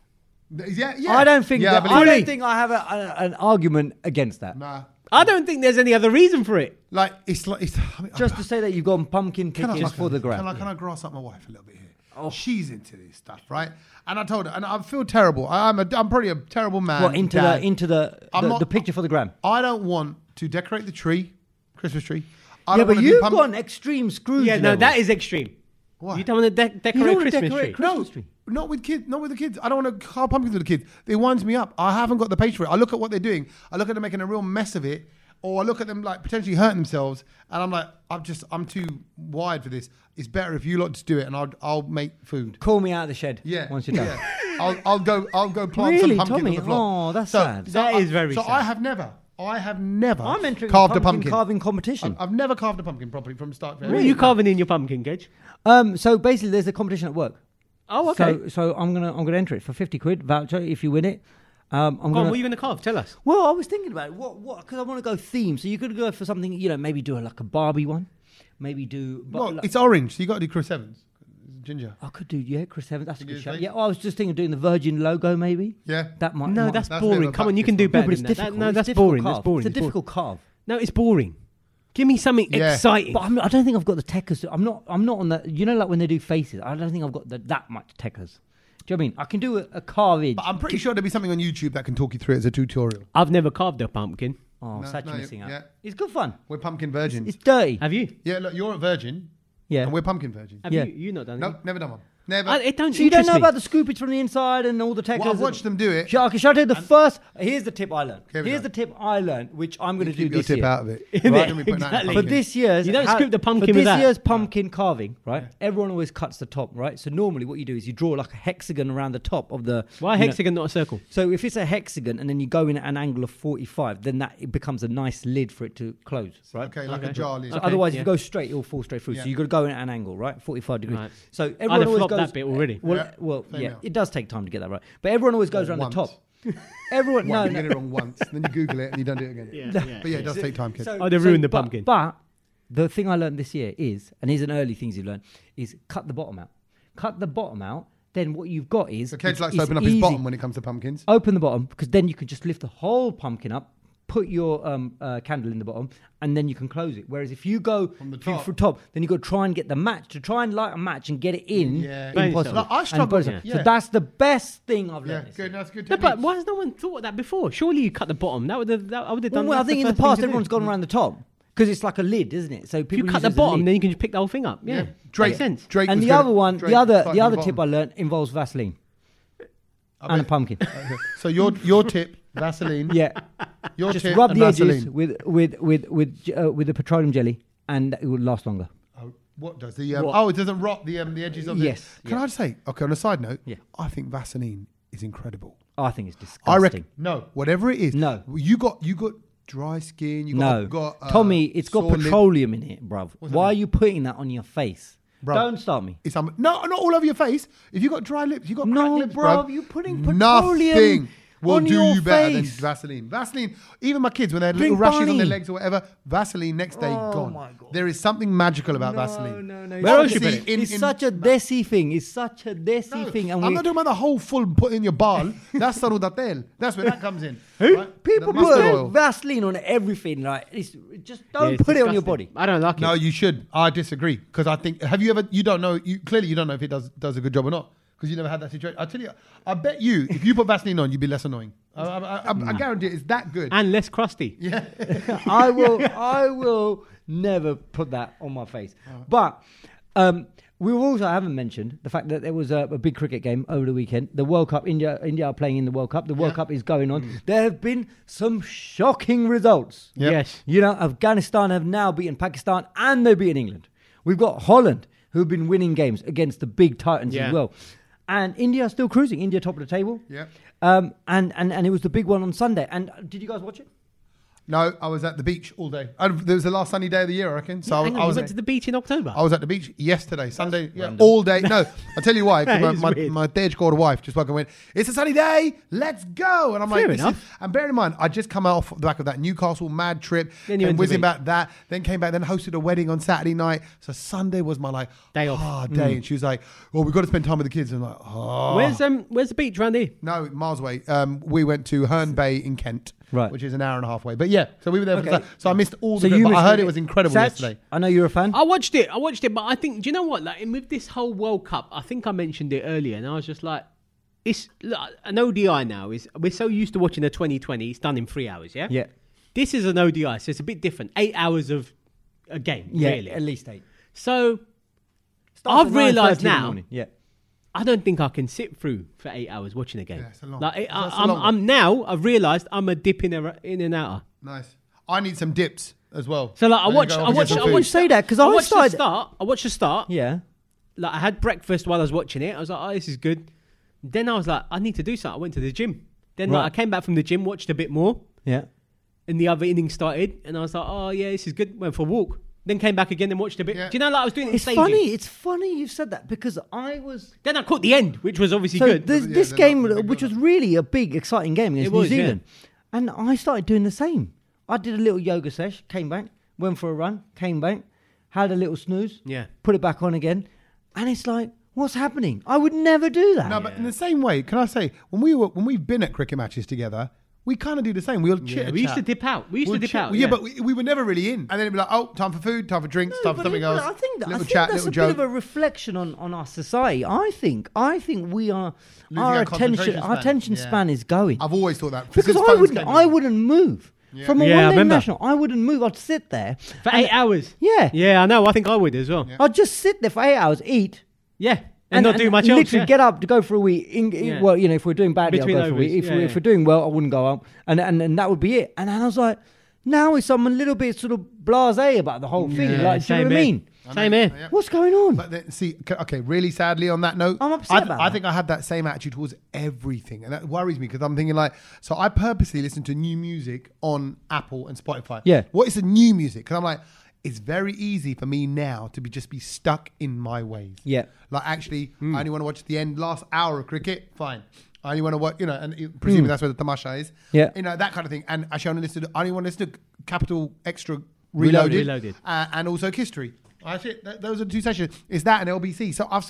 A: Yeah, yeah.
C: I don't think
A: Yeah,
C: that,
A: but
C: I,
A: it's-
C: don't think I have a, a, an argument against that.
A: Nah.
B: I don't think there's any other reason for it.
A: Like it's like it's. I mean,
C: Just to say that you've gone pumpkin
A: Can I-
C: pickings for the Oh. grab.
A: Can I, can I grass up my wife a little bit here? She's into this stuff, right? And I told her, and I feel terrible. I, I'm a, I'm probably a terrible man.
C: What into
A: dad.
C: the into the
A: I'm
C: the,
A: not-
C: the picture for the gram?
A: I don't want to decorate the tree, Christmas tree. I
C: Yeah,
A: don't
C: but
A: wanna do
C: you've
A: pump-
C: gone extreme Scrooge.
B: Yeah, no,
C: level.
B: that is extreme.
A: Why?
B: You don't want to de- decorate
C: wanna
B: Christmas
C: decorate
B: tree.
C: Christ- Christmas tree.
A: No, not with kids. Not with the kids. I don't want to carve pumpkins with the kids. It winds me up. I haven't got the patience for it. I look at what they're doing. I look at them making a real mess of it, or I look at them like potentially hurting themselves, and I'm like, I'm just, I'm too wired for this. It's better if you lot just do it, and I'll, I'll make food.
C: Call me out of the shed.
A: Yeah.
C: Once you're done.
A: yeah. I'll, I'll go. I'll go plant
C: Really,
A: some pumpkin
C: Tommy?
A: on the floor.
C: Oh, that's
A: so,
C: sad.
A: So
B: That
A: I-
B: is very
A: So
B: sad.
A: I have never. I have never.
C: I'm entering
A: carved
C: a pumpkin,
A: a pumpkin.
C: carving competition.
A: I've, I've never carved a pumpkin properly from start to end.
B: What are you carving in your pumpkin, Gage?
C: um, so basically, there's a competition at work.
B: Oh, okay.
C: So, so I'm gonna I'm gonna enter it for 50 quid voucher if you win it. Um, I'm
B: Go on,
C: gonna.
B: what are you going to carve? Tell us.
C: well, I was thinking about it. What what? Because I want to go theme. So you could go for something. You know, maybe do a, like a Barbie one. Maybe do. but
A: Well,
C: like-
A: it's orange, so you got to do Chris Evans, ginger.
C: I could do yeah, Chris Evans. That's a good
A: do
C: shout.
A: things?
C: Yeah, I was just thinking of doing the Virgin logo maybe.
A: Yeah.
C: That might.
B: No,
C: might-
B: that's,
A: that's a bit of
B: boring.
A: a
B: Come on, you
A: backwards
B: can do
A: one.
C: No,
B: better
C: but it's
B: than that. that.
C: difficult.
B: No,
C: It's
B: that's
C: difficult
B: boring. That's
C: carve.
B: boring.
C: It's a difficult carve.
B: No, it's boring. Give me something
A: Yeah.
B: exciting.
C: But I'm, I don't think I've got the techers. I'm not. I'm not on the. You know, like when they do faces. I don't think I've got the, that much techers. Do you know what I mean? I can do a, a carvage.
A: But I'm pretty sure there'll be something on YouTube that can talk you through it as a tutorial.
B: I've never carved a pumpkin.
C: Oh,
A: No,
C: such
A: no,
C: a missing out.
A: yeah.
C: It's good fun.
A: We're pumpkin virgins.
C: It's dirty.
B: Have you?
A: yeah, look, you're a virgin,
C: Yeah.
A: and we're pumpkin virgins.
B: Have
C: Yeah.
B: you? You not done
A: No,
B: it?
A: never done one. Never.
B: I, it don't
C: So you don't
B: interest
C: know
B: me.
C: about the scoopage from the inside and all the techers.
A: well, I've watched them do it.
C: Shall, okay, shall I tell you the first? Here's the tip I learned.
A: Here we
C: Here's
A: go.
C: the tip I learned, which I'm going to
A: Keep
C: do
A: your
C: this
A: tip
C: year.
A: out of it.
B: Isn't
A: Right,
B: it?
A: don't be putting that in
B: Exactly.
C: For
A: pumpkin.
C: this year's,
B: You don't scoop the pumpkin
C: For
B: with
C: this
B: that.
C: year's pumpkin carving, right? Everyone always cuts the top, right? So normally, what you do is you draw like a hexagon around the top of the.
B: Why
C: you know-
B: hexagon, not a circle?
C: so if it's a hexagon and then you go in at an angle of 45, then that it becomes a nice lid for it to close, right?
A: Okay, like a
B: Okay.
A: jar lid.
C: So
B: Okay,
C: otherwise,
B: yeah.
C: if you go straight, it'll fall straight through.
A: Yeah.
C: So you've got to go in at an angle, right? 45 degrees.
B: Right.
C: So everyone
B: have
C: always
B: flopped
C: goes,
B: that bit already.
C: Well,
A: Yeah.
C: well,
A: Same
C: yeah,
A: now.
C: it does take time to get that right. But everyone always goes around
A: once.
C: the top. Everyone, no,
A: Once,
C: no,
A: You get it wrong once, then you Google it and you don't do it again.
B: yeah,
A: but yeah, it does take time, kids.
B: Oh, they ruined the
C: but-
B: pumpkin.
C: But the thing I learned this year is, and here's an early things you've learned, is cut the bottom out. Cut the bottom out. Then what you've got is
A: so Kedge
C: it's-
A: likes to
C: it's
A: open up his
C: easy. Oh,
A: bottom when it comes to pumpkins.
C: Open the bottom because then you can just lift the whole pumpkin up, put your um, uh, candle in the bottom, and then you can close it. Whereas if you go
A: From the
C: through,
A: top.
C: through top, then you got to try and get the match to try and light a match and get it in.
A: Yeah.
B: Burn
C: impossible.
B: yourself.
A: Like, I
C: And
A: struggle-
C: burn yourself.
A: yeah.
C: So that's the best thing I've
A: Yeah,
C: learned. this year.
A: good. That's good.
B: No, but
A: technique.
B: why has no one thought of that before? Surely you cut the bottom. That would have. That, I would have
C: Well,
B: done.
C: well, I
B: that's
C: think in the
B: first thing
C: past
B: to do.
C: everyone's gone around the top because it's like a lid, isn't it? So
B: If
C: people
B: you
C: use
B: cut the
C: it as a
B: bottom,
C: lid.
B: then you can just pick the whole thing up. Yeah,
A: Drake-
B: makes sense.
A: Drake
C: and
A: was
C: the
A: good at-
C: other one,
A: Drake
C: the
A: was
C: other,
A: starting
C: the other
A: bottom.
C: tip I learned involves Vaseline and a
A: bet-
C: pumpkin.
A: So your your tip, Vaseline.
C: yeah,
A: Your
C: just
A: tip,
C: rub
A: and
C: the edges
A: Vaseline.
C: with with with with uh, with the petroleum jelly, and it will last longer.
A: Oh, what does the um,
B: What?
A: oh? It doesn't rot the um, the edges of the.
C: Yes,
A: Can I just say okay? On a side note,
C: Yeah.
A: I think Vaseline is incredible.
C: I think it's
A: I
C: disgusting.
A: reckon no, whatever it is,
C: No.
A: You got you got dry skin. You got,
C: No,
A: got uh,
C: Tommy, it's got
A: sore lip.
C: petroleum in it, bruv.
A: that
C: Why are you putting that on your face?
A: Bruv.
C: Don't start me.
A: It's um, no, not all over your face. If you got dry lips, you got
C: No,
A: cracked lips,
C: bruv,
A: bruv.
C: you're putting petroleum.
A: Nothing. will
C: on
A: do
C: your
A: you better
C: face.
A: than Vaseline. Vaseline, even my kids, when they had little
C: Drink
A: rashes on their
C: Barney.
A: legs or whatever, Vaseline next day
C: Oh
A: gone.
C: my God.
A: There is something magical about Vaseline.
C: No, no, no.
B: Where else
C: it's such
B: you
C: a-
B: put
A: it? In-
C: It's
A: in-
C: such a desi thing. It's such a desi thing. And
A: I'm
C: we,
A: not talking about the whole full put in your ball. That's sarudatel. That's where that comes in. right?
C: people
A: The mustard
C: put
A: oil.
C: Vaseline on everything. Like, it's, just don't
B: Yeah,
C: put
B: it's
C: it on your body.
B: disgusting. I don't like it.
A: No, you should. I disagree because I think. Have you ever? You don't know. You clearly you don't know if it does does a good job or not because you never had that situation. I tell you, I bet you if you put Vaseline on, you'd be less annoying. I, I, I, I, I guarantee it's that good.
B: and less crusty.
A: yeah.
C: I will I will never put that on my face. But um, we also I haven't mentioned the fact that there was a, a big cricket game over the weekend. The World Cup, India India are playing in the World Cup. The World Cup is going on. There have been some shocking results.
A: Yep.
B: Yes.
C: You know, Afghanistan have now beaten Pakistan and they've beaten England. We've got Holland who've been winning games against the big titans
B: Yeah.
C: as well. And India are still cruising. India top of the table.
A: Yep.
C: Um, and, and, and it was the big one on Sunday. And uh, did you guys watch it?
A: No, I was at the beach all day. And there was the last sunny day of the year, I reckon. So I,
B: Hang on,
A: I
B: you
A: was
B: went to the beach in October.
A: I
C: Oh.
A: was at the beach yesterday, Sunday, yeah, all day. No, I'll tell you why. 'cause
B: That is
A: my my,
B: weird.
A: my dead called wife just woke up and went, It's a sunny day, let's go. And I'm like,
B: Fair
A: this is-
B: enough.
A: And bear in mind, I just come off the back of that Newcastle mad trip,
B: Then
A: then
B: you
A: you
B: went to
A: whizzing
B: the
A: back that, then came back, then hosted a wedding on Saturday night. So Sunday was my like
B: Day off. Mm.
A: hard day. And she was like, Well, we've got to spend time with the kids. And I'm like, Oh.
B: Where's um Where's the beach round here?
A: no, miles away. Um, we went to Herne Bay in Kent,
C: Right.
A: which is an hour and a half away. But yeah, so we were there.
C: Okay.
A: For, so I missed all the. good, but I
C: missed
A: heard
C: the-
A: it was incredible
C: Sach,
A: yesterday. Oh,
C: I know you're a fan.
B: I watched it. I watched it, but I think do you know what? Like, and with this whole World Cup, I think I mentioned it earlier, and I was just like, it's like, an ODI now. Is we're so used to watching a 2020. It's done in three hours. Yeah.
C: Yeah.
B: This is an ODI, so it's a bit different. Eight hours of a game,
C: Yeah, at
B: really.
C: least eight.
B: So I've
C: Starts at 9:30 in the
B: realised now-
C: morning. Yeah.
B: I don't think I can sit through for eight hours watching a game.
A: Yeah, it's a long-
B: Like, I,
A: it's a
B: am
A: long one.
B: I'm now. I've realised I'm a dip in, a, in and outer.
A: Nice. I need some dips as well.
B: So like I
A: I'm gonna
B: watched,
A: go
B: I
A: off and get
B: watched,
A: some
B: I
A: food.
B: watched.
C: say that 'cause I
B: watched
C: started-
B: the start. I watched the start.
C: Yeah.
B: Like I had breakfast while I was watching it. I was like, oh, this is good. Then I was like, I need to do something. I went to the gym. Then like,
C: Right.
B: I came back from the gym, watched a bit more,
C: Yeah.
B: and the other inning started. And I was like, oh yeah, this is good. Went for a walk. Then came back again and watched a bit.
A: Yeah.
B: Do you know like I was doing it in
C: It's
B: stages.
C: funny. It's funny you've said that because I was.
B: Then I caught the end, which was obviously
C: So
B: good.
C: this,
A: Yeah,
C: this
A: they're not
C: game,
A: really good
C: which
A: at
C: was really a big, exciting game against
B: It was,
C: New
B: yeah.
C: Zealand, and I started doing the same. I did a little yoga sesh, came back, went for a run, came back, had a little snooze,
B: Yeah.
C: put it back on again, and it's like, what's happening? I would never do that.
A: No, but in the same way, can I say when we were when we've been at cricket matches together, we kind of do the same. We'll chit.
B: Yeah, we used to dip out. We used
A: We'll
B: to dip
A: chit-
B: out.
A: yeah, but we, we were never really in. And then it'd be like, oh, time for food, time for drinks,
C: No,
A: time for
C: but
A: something
C: it-
A: else.
C: but I think, that, I
A: little
C: think
A: chat,
C: that's
A: little
C: a
A: joke.
C: bit of a reflection on, on our society. I think I think we are
A: Losing
C: our
A: our
C: attention
A: concentration
C: our
A: span.
C: attention
A: Yeah.
C: span is going
A: I've always thought that
C: because
A: Since
C: I
A: phones
C: wouldn't
A: came
C: I
A: in.
C: wouldn't move from a
B: Yeah, I
C: one day
B: remember.
C: national. I wouldn't move. I'd sit there
B: for eight hours.
C: Yeah.
B: Yeah, I know. I think I would as well. Yeah,
C: I'd just sit there for eight hours, eat,
B: and, not do much
C: literally
B: else. yeah.
C: get up to go for a wee. In, in-
B: Yeah.
C: Well, you know, if we're doing badly,
B: Between
C: I'll go for a wee.
B: overs,
C: If,
B: yeah,
C: we,
B: yeah.
C: if we're doing well, I wouldn't go out, and, and and that would be it. And, I was like, now it's I'm a little bit sort of blasé about the whole thing.
B: Yeah,
C: like, do
B: same
C: you know what I
B: here.
C: mean?
B: Same here.
A: Yeah.
C: What's going on?
A: But then, see, c- okay, really sadly on that note,
C: I'm upset
A: I, th-
C: about
A: I
C: that.
A: think I have that same attitude towards everything, and that worries me because I'm thinking like, so I purposely listen to new music on Apple and Spotify.
C: Yeah.
A: what is the new music? Because I'm like, it's very easy for me now to be just be stuck in my ways.
C: Yeah.
A: like actually,
B: Hmm.
A: I only want to watch the end last hour of cricket. Fine. I only want to watch, you know, and
B: Hmm.
A: it- presumably that's where the tamasha is.
C: Yeah.
A: you know that kind of thing. And actually, I only listen. To, I only want to listen to Capital Extra
B: Reloaded.
A: Reloaded,
B: Reloaded.
A: uh, and also history. That's it. Th- those are the two sessions. It's that and LBC. So I've,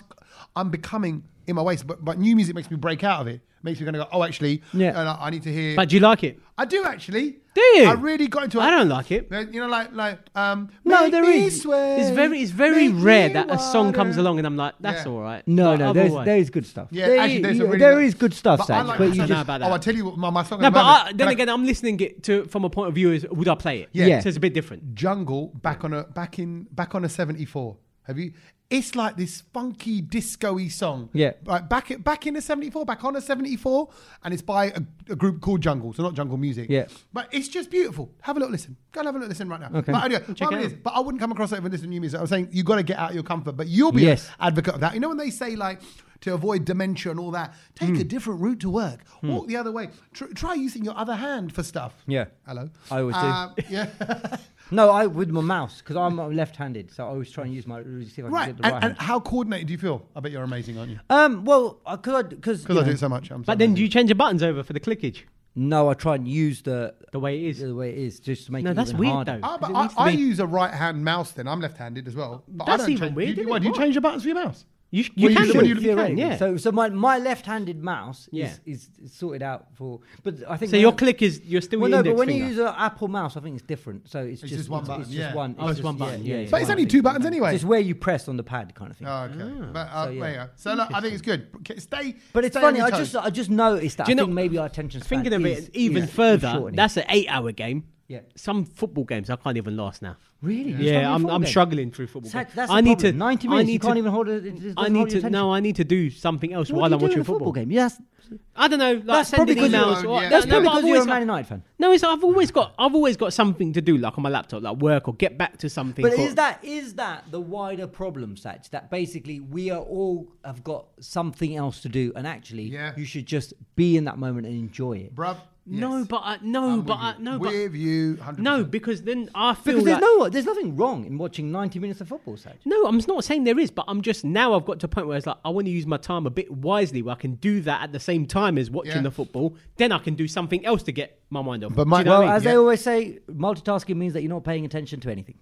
A: I'm becoming in my ways, but, but new music makes me break out of it. Makes me going to go, oh, actually,
C: Yeah.
A: and I, I need to hear.
B: But do you like it?
A: I do actually.
B: Do you?
A: I really got into it.
B: I don't like it.
A: You know, like like um.
C: No,
A: make
C: there
A: me
C: is.
A: Sweat,
B: It's very it's very
A: make
B: rare
A: me
B: that a song
A: water.
B: comes along and I'm like, that's
A: Yeah.
B: all right.
C: No,
B: But
C: no, there's,
B: otherwise-
C: there is good stuff.
A: Yeah,
C: there,
A: actually, there's some
C: you-
A: really
C: there
A: good-
C: is good stuff,
A: But I
C: Sach,
A: like
C: but
A: that
C: you
A: song.
B: know
C: just uh,
B: about that.
A: Oh, I tell you what, my, my song. at
B: No,
A: the
B: but
A: moment-
B: I, then
A: can I-
B: again, I'm listening it to from a point of view is would I play it?
A: Yeah.
C: Yeah.
B: so it's a bit different.
A: jungle back on a back in back on a 74 have you it's like this funky disco-y song
C: Yeah.
A: like back at- back in a 74 back on a 74 and it's by a, a group called jungle so not jungle music
C: Yeah.
A: but it's just beautiful have a little listen go and have a little listen right now
C: Okay.
A: but, anyway,
B: Check
A: what
B: it
A: it is,
B: out.
A: but i wouldn't come across it if I listened to new music i'm saying you got to get out of your comfort but you'll be
C: Yes.
A: an advocate of that you know when they say like to avoid dementia and all that. Take
C: Hmm.
A: a different route to work. Walk the other way. Tr- try using your other hand for stuff.
C: Yeah.
A: Hello.
C: I always do.
A: do. Yeah.
C: No, I with my mouse because I'm uh, left-handed, so I always try and use my see if I can
A: right.
C: get the right.
A: And, and
C: hand.
A: how coordinated do you feel? I bet you're amazing, aren't you?
C: Um, well, because because
A: Because I do it so much. I'm so
B: But then
A: amazing.
B: do you change the buttons over for the clickage
C: no, I try and use the
B: the way it is?
C: the way it is just to make
B: No,
C: it
B: that's
C: even
B: weird,
C: harder.
B: though.
A: Ah, but
B: It
A: I,
B: needs to
A: I
B: be-
A: use a right hand mouse then. I'm left handed as well. But I
B: That's
A: don't
B: even
A: change-
B: weird,
A: You,
B: isn't
A: why,
B: it?
A: do you
B: What?
A: change your buttons for your mouse?
B: You, sh-
A: Well,
B: you
A: you
B: can
A: should do
B: do it
A: it
B: theoretically,
A: theoretically.
B: yeah. So,
C: So so my, my left-handed mouse
B: Yeah.
C: is, is sorted out for. But I think
B: so
C: when
B: your
C: I-
B: click is you're still
C: Well,
B: your
C: no,
B: index
C: but when
B: finger.
C: you use an Apple mouse, I think it's different. So it's,
A: just one
C: it's,
A: button,
C: It's
A: yeah.
C: just one.
B: Oh, it's one button, yeah, yeah.
A: But it's
C: one
A: only two
C: thing.
A: buttons anyway.
C: It's where you press on the pad, kind of thing.
A: Oh, okay.
B: Ah,
A: But uh,
C: So, yeah.
A: there you go. So look, I think it's good. Okay, Stay.
C: but it's
A: stay on
C: funny.
A: your
C: I
A: toes.
C: just I just noticed that.
B: Do you
C: I
B: know-
C: think maybe our attention span
B: Thinking of
C: is-
B: it even
C: is- is
B: further,
C: shortening.
B: that's an eight-hour game.
C: Yeah.
B: Some football games I can't even last now.
C: really You're struggling
B: Yeah, I'm,
C: for
B: I'm
C: then?
B: struggling through football.
C: That's,
B: games.
C: that's
B: I
C: the
B: need
C: problem.
B: to.
C: 90
B: I
C: minutes.
B: need
C: you can't
B: to,
C: even hold it. it doesn't
B: I
C: hold
B: need
C: your
B: to. No, I need to do something else
C: attention. What
B: while
C: do
B: I'm
C: you do
B: watching
C: in a football game. Yeah, that's,
B: I don't know. Like
C: That's
B: sending
C: probably 'cause
B: emails.
A: you're-
B: or-
A: yeah.
C: that's
A: no,
B: but
C: probably
B: I've
C: because you're a
B: always-
C: Man United fan.
B: No, it's I've always got I've always got something to do, like on my laptop, like work or get back to something.
C: But
B: or-
C: is that is that the wider problem, Satch? That basically we are all have got something else to do, and actually
A: Yeah.
C: you should just be in that moment and enjoy it.
A: Bruv.
B: no,
A: yes.
B: but I, no,
A: I'm
B: but
A: with
B: I,
A: you.
B: no, but
A: With you. 100%.
B: no, because then I feel
C: Because
B: like-
C: there's no there's nothing wrong in watching 90 minutes of football, Satch.
B: No, I'm not saying there is, but I'm just now I've got to a point where it's like I want to use my time a bit wisely, where I can do that at the same time as watching
A: Yeah.
B: the football. Then I can do something else to get my mind off.
A: But
B: Do
A: my-
B: you know
C: Well,
B: what I
C: as
B: mean?
A: yeah.
C: they always say, multitasking means that you're not paying attention to anything.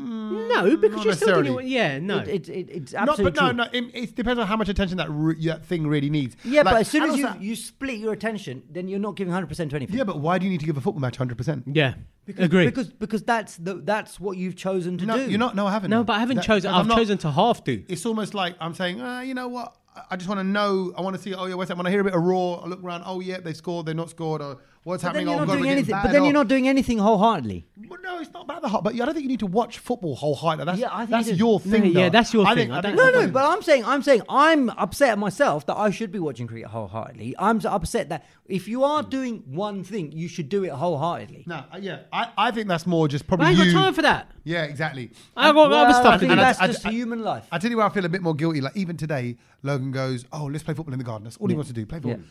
B: no, because
A: not
B: you're still
A: necessarily.
B: doing it. Yeah, no.
C: It, it, it, it's
A: No,
C: absolutely
A: but no,
C: true.
A: no. It, it depends on how much attention that, re- that thing really needs.
C: Yeah,
A: Like,
C: but as soon
A: and
C: as you,
A: also-
C: you split your attention, then you're not giving 100% to anything.
A: Yeah, but why do you need to give a football match 100%?
B: yeah,
C: because,
B: agree.
C: Because, because that's, the, that's what you've chosen to
A: No,
C: do.
A: you're not. No, I haven't.
B: no, but I haven't
A: That-
B: chosen.
A: because
B: I've
A: I'm not-
B: chosen to half do.
A: it's almost like I'm saying, uh, you know what? I- I just want to know. I want to see. Oh yeah, what's happening? When I hear a bit of roar, I look around. Oh yeah, they scored. They've not scored. Or what's
C: But
A: happening?
C: then you're
A: oh,
C: not
A: God, we're
C: doing
A: getting
C: anything. But
A: battered
C: then you're
A: off.
C: not doing anything wholeheartedly.
A: Well, no, it's not about the heart. But I don't think you need to watch football wholeheartedly. That's,
C: Yeah, I think
A: that's
C: it is.
A: your
B: No,
A: thing.
B: yeah,
A: though.
B: that's your
A: I
B: thing.
A: Think,
B: I don't-
C: No,
A: think-
C: no, but I'm saying, I'm saying, I'm upset at myself that I should be watching cricket wholeheartedly. I'm so upset that if you are doing one thing, you should do it wholeheartedly.
A: No, uh, yeah, I, I think that's more just probably
B: I ain't got
A: you-
B: time for that.
A: Yeah, exactly.
B: I got
C: Well,
B: other
C: I
B: stuff to
C: think
B: do.
A: And I-
C: that's
A: I-
C: just
A: I-
C: human life.
A: I tell you where I feel a bit more guilty. Like even today, Logan goes, "Oh, let's play football in the garden." That's all he wants to do, play football.
C: Yeah.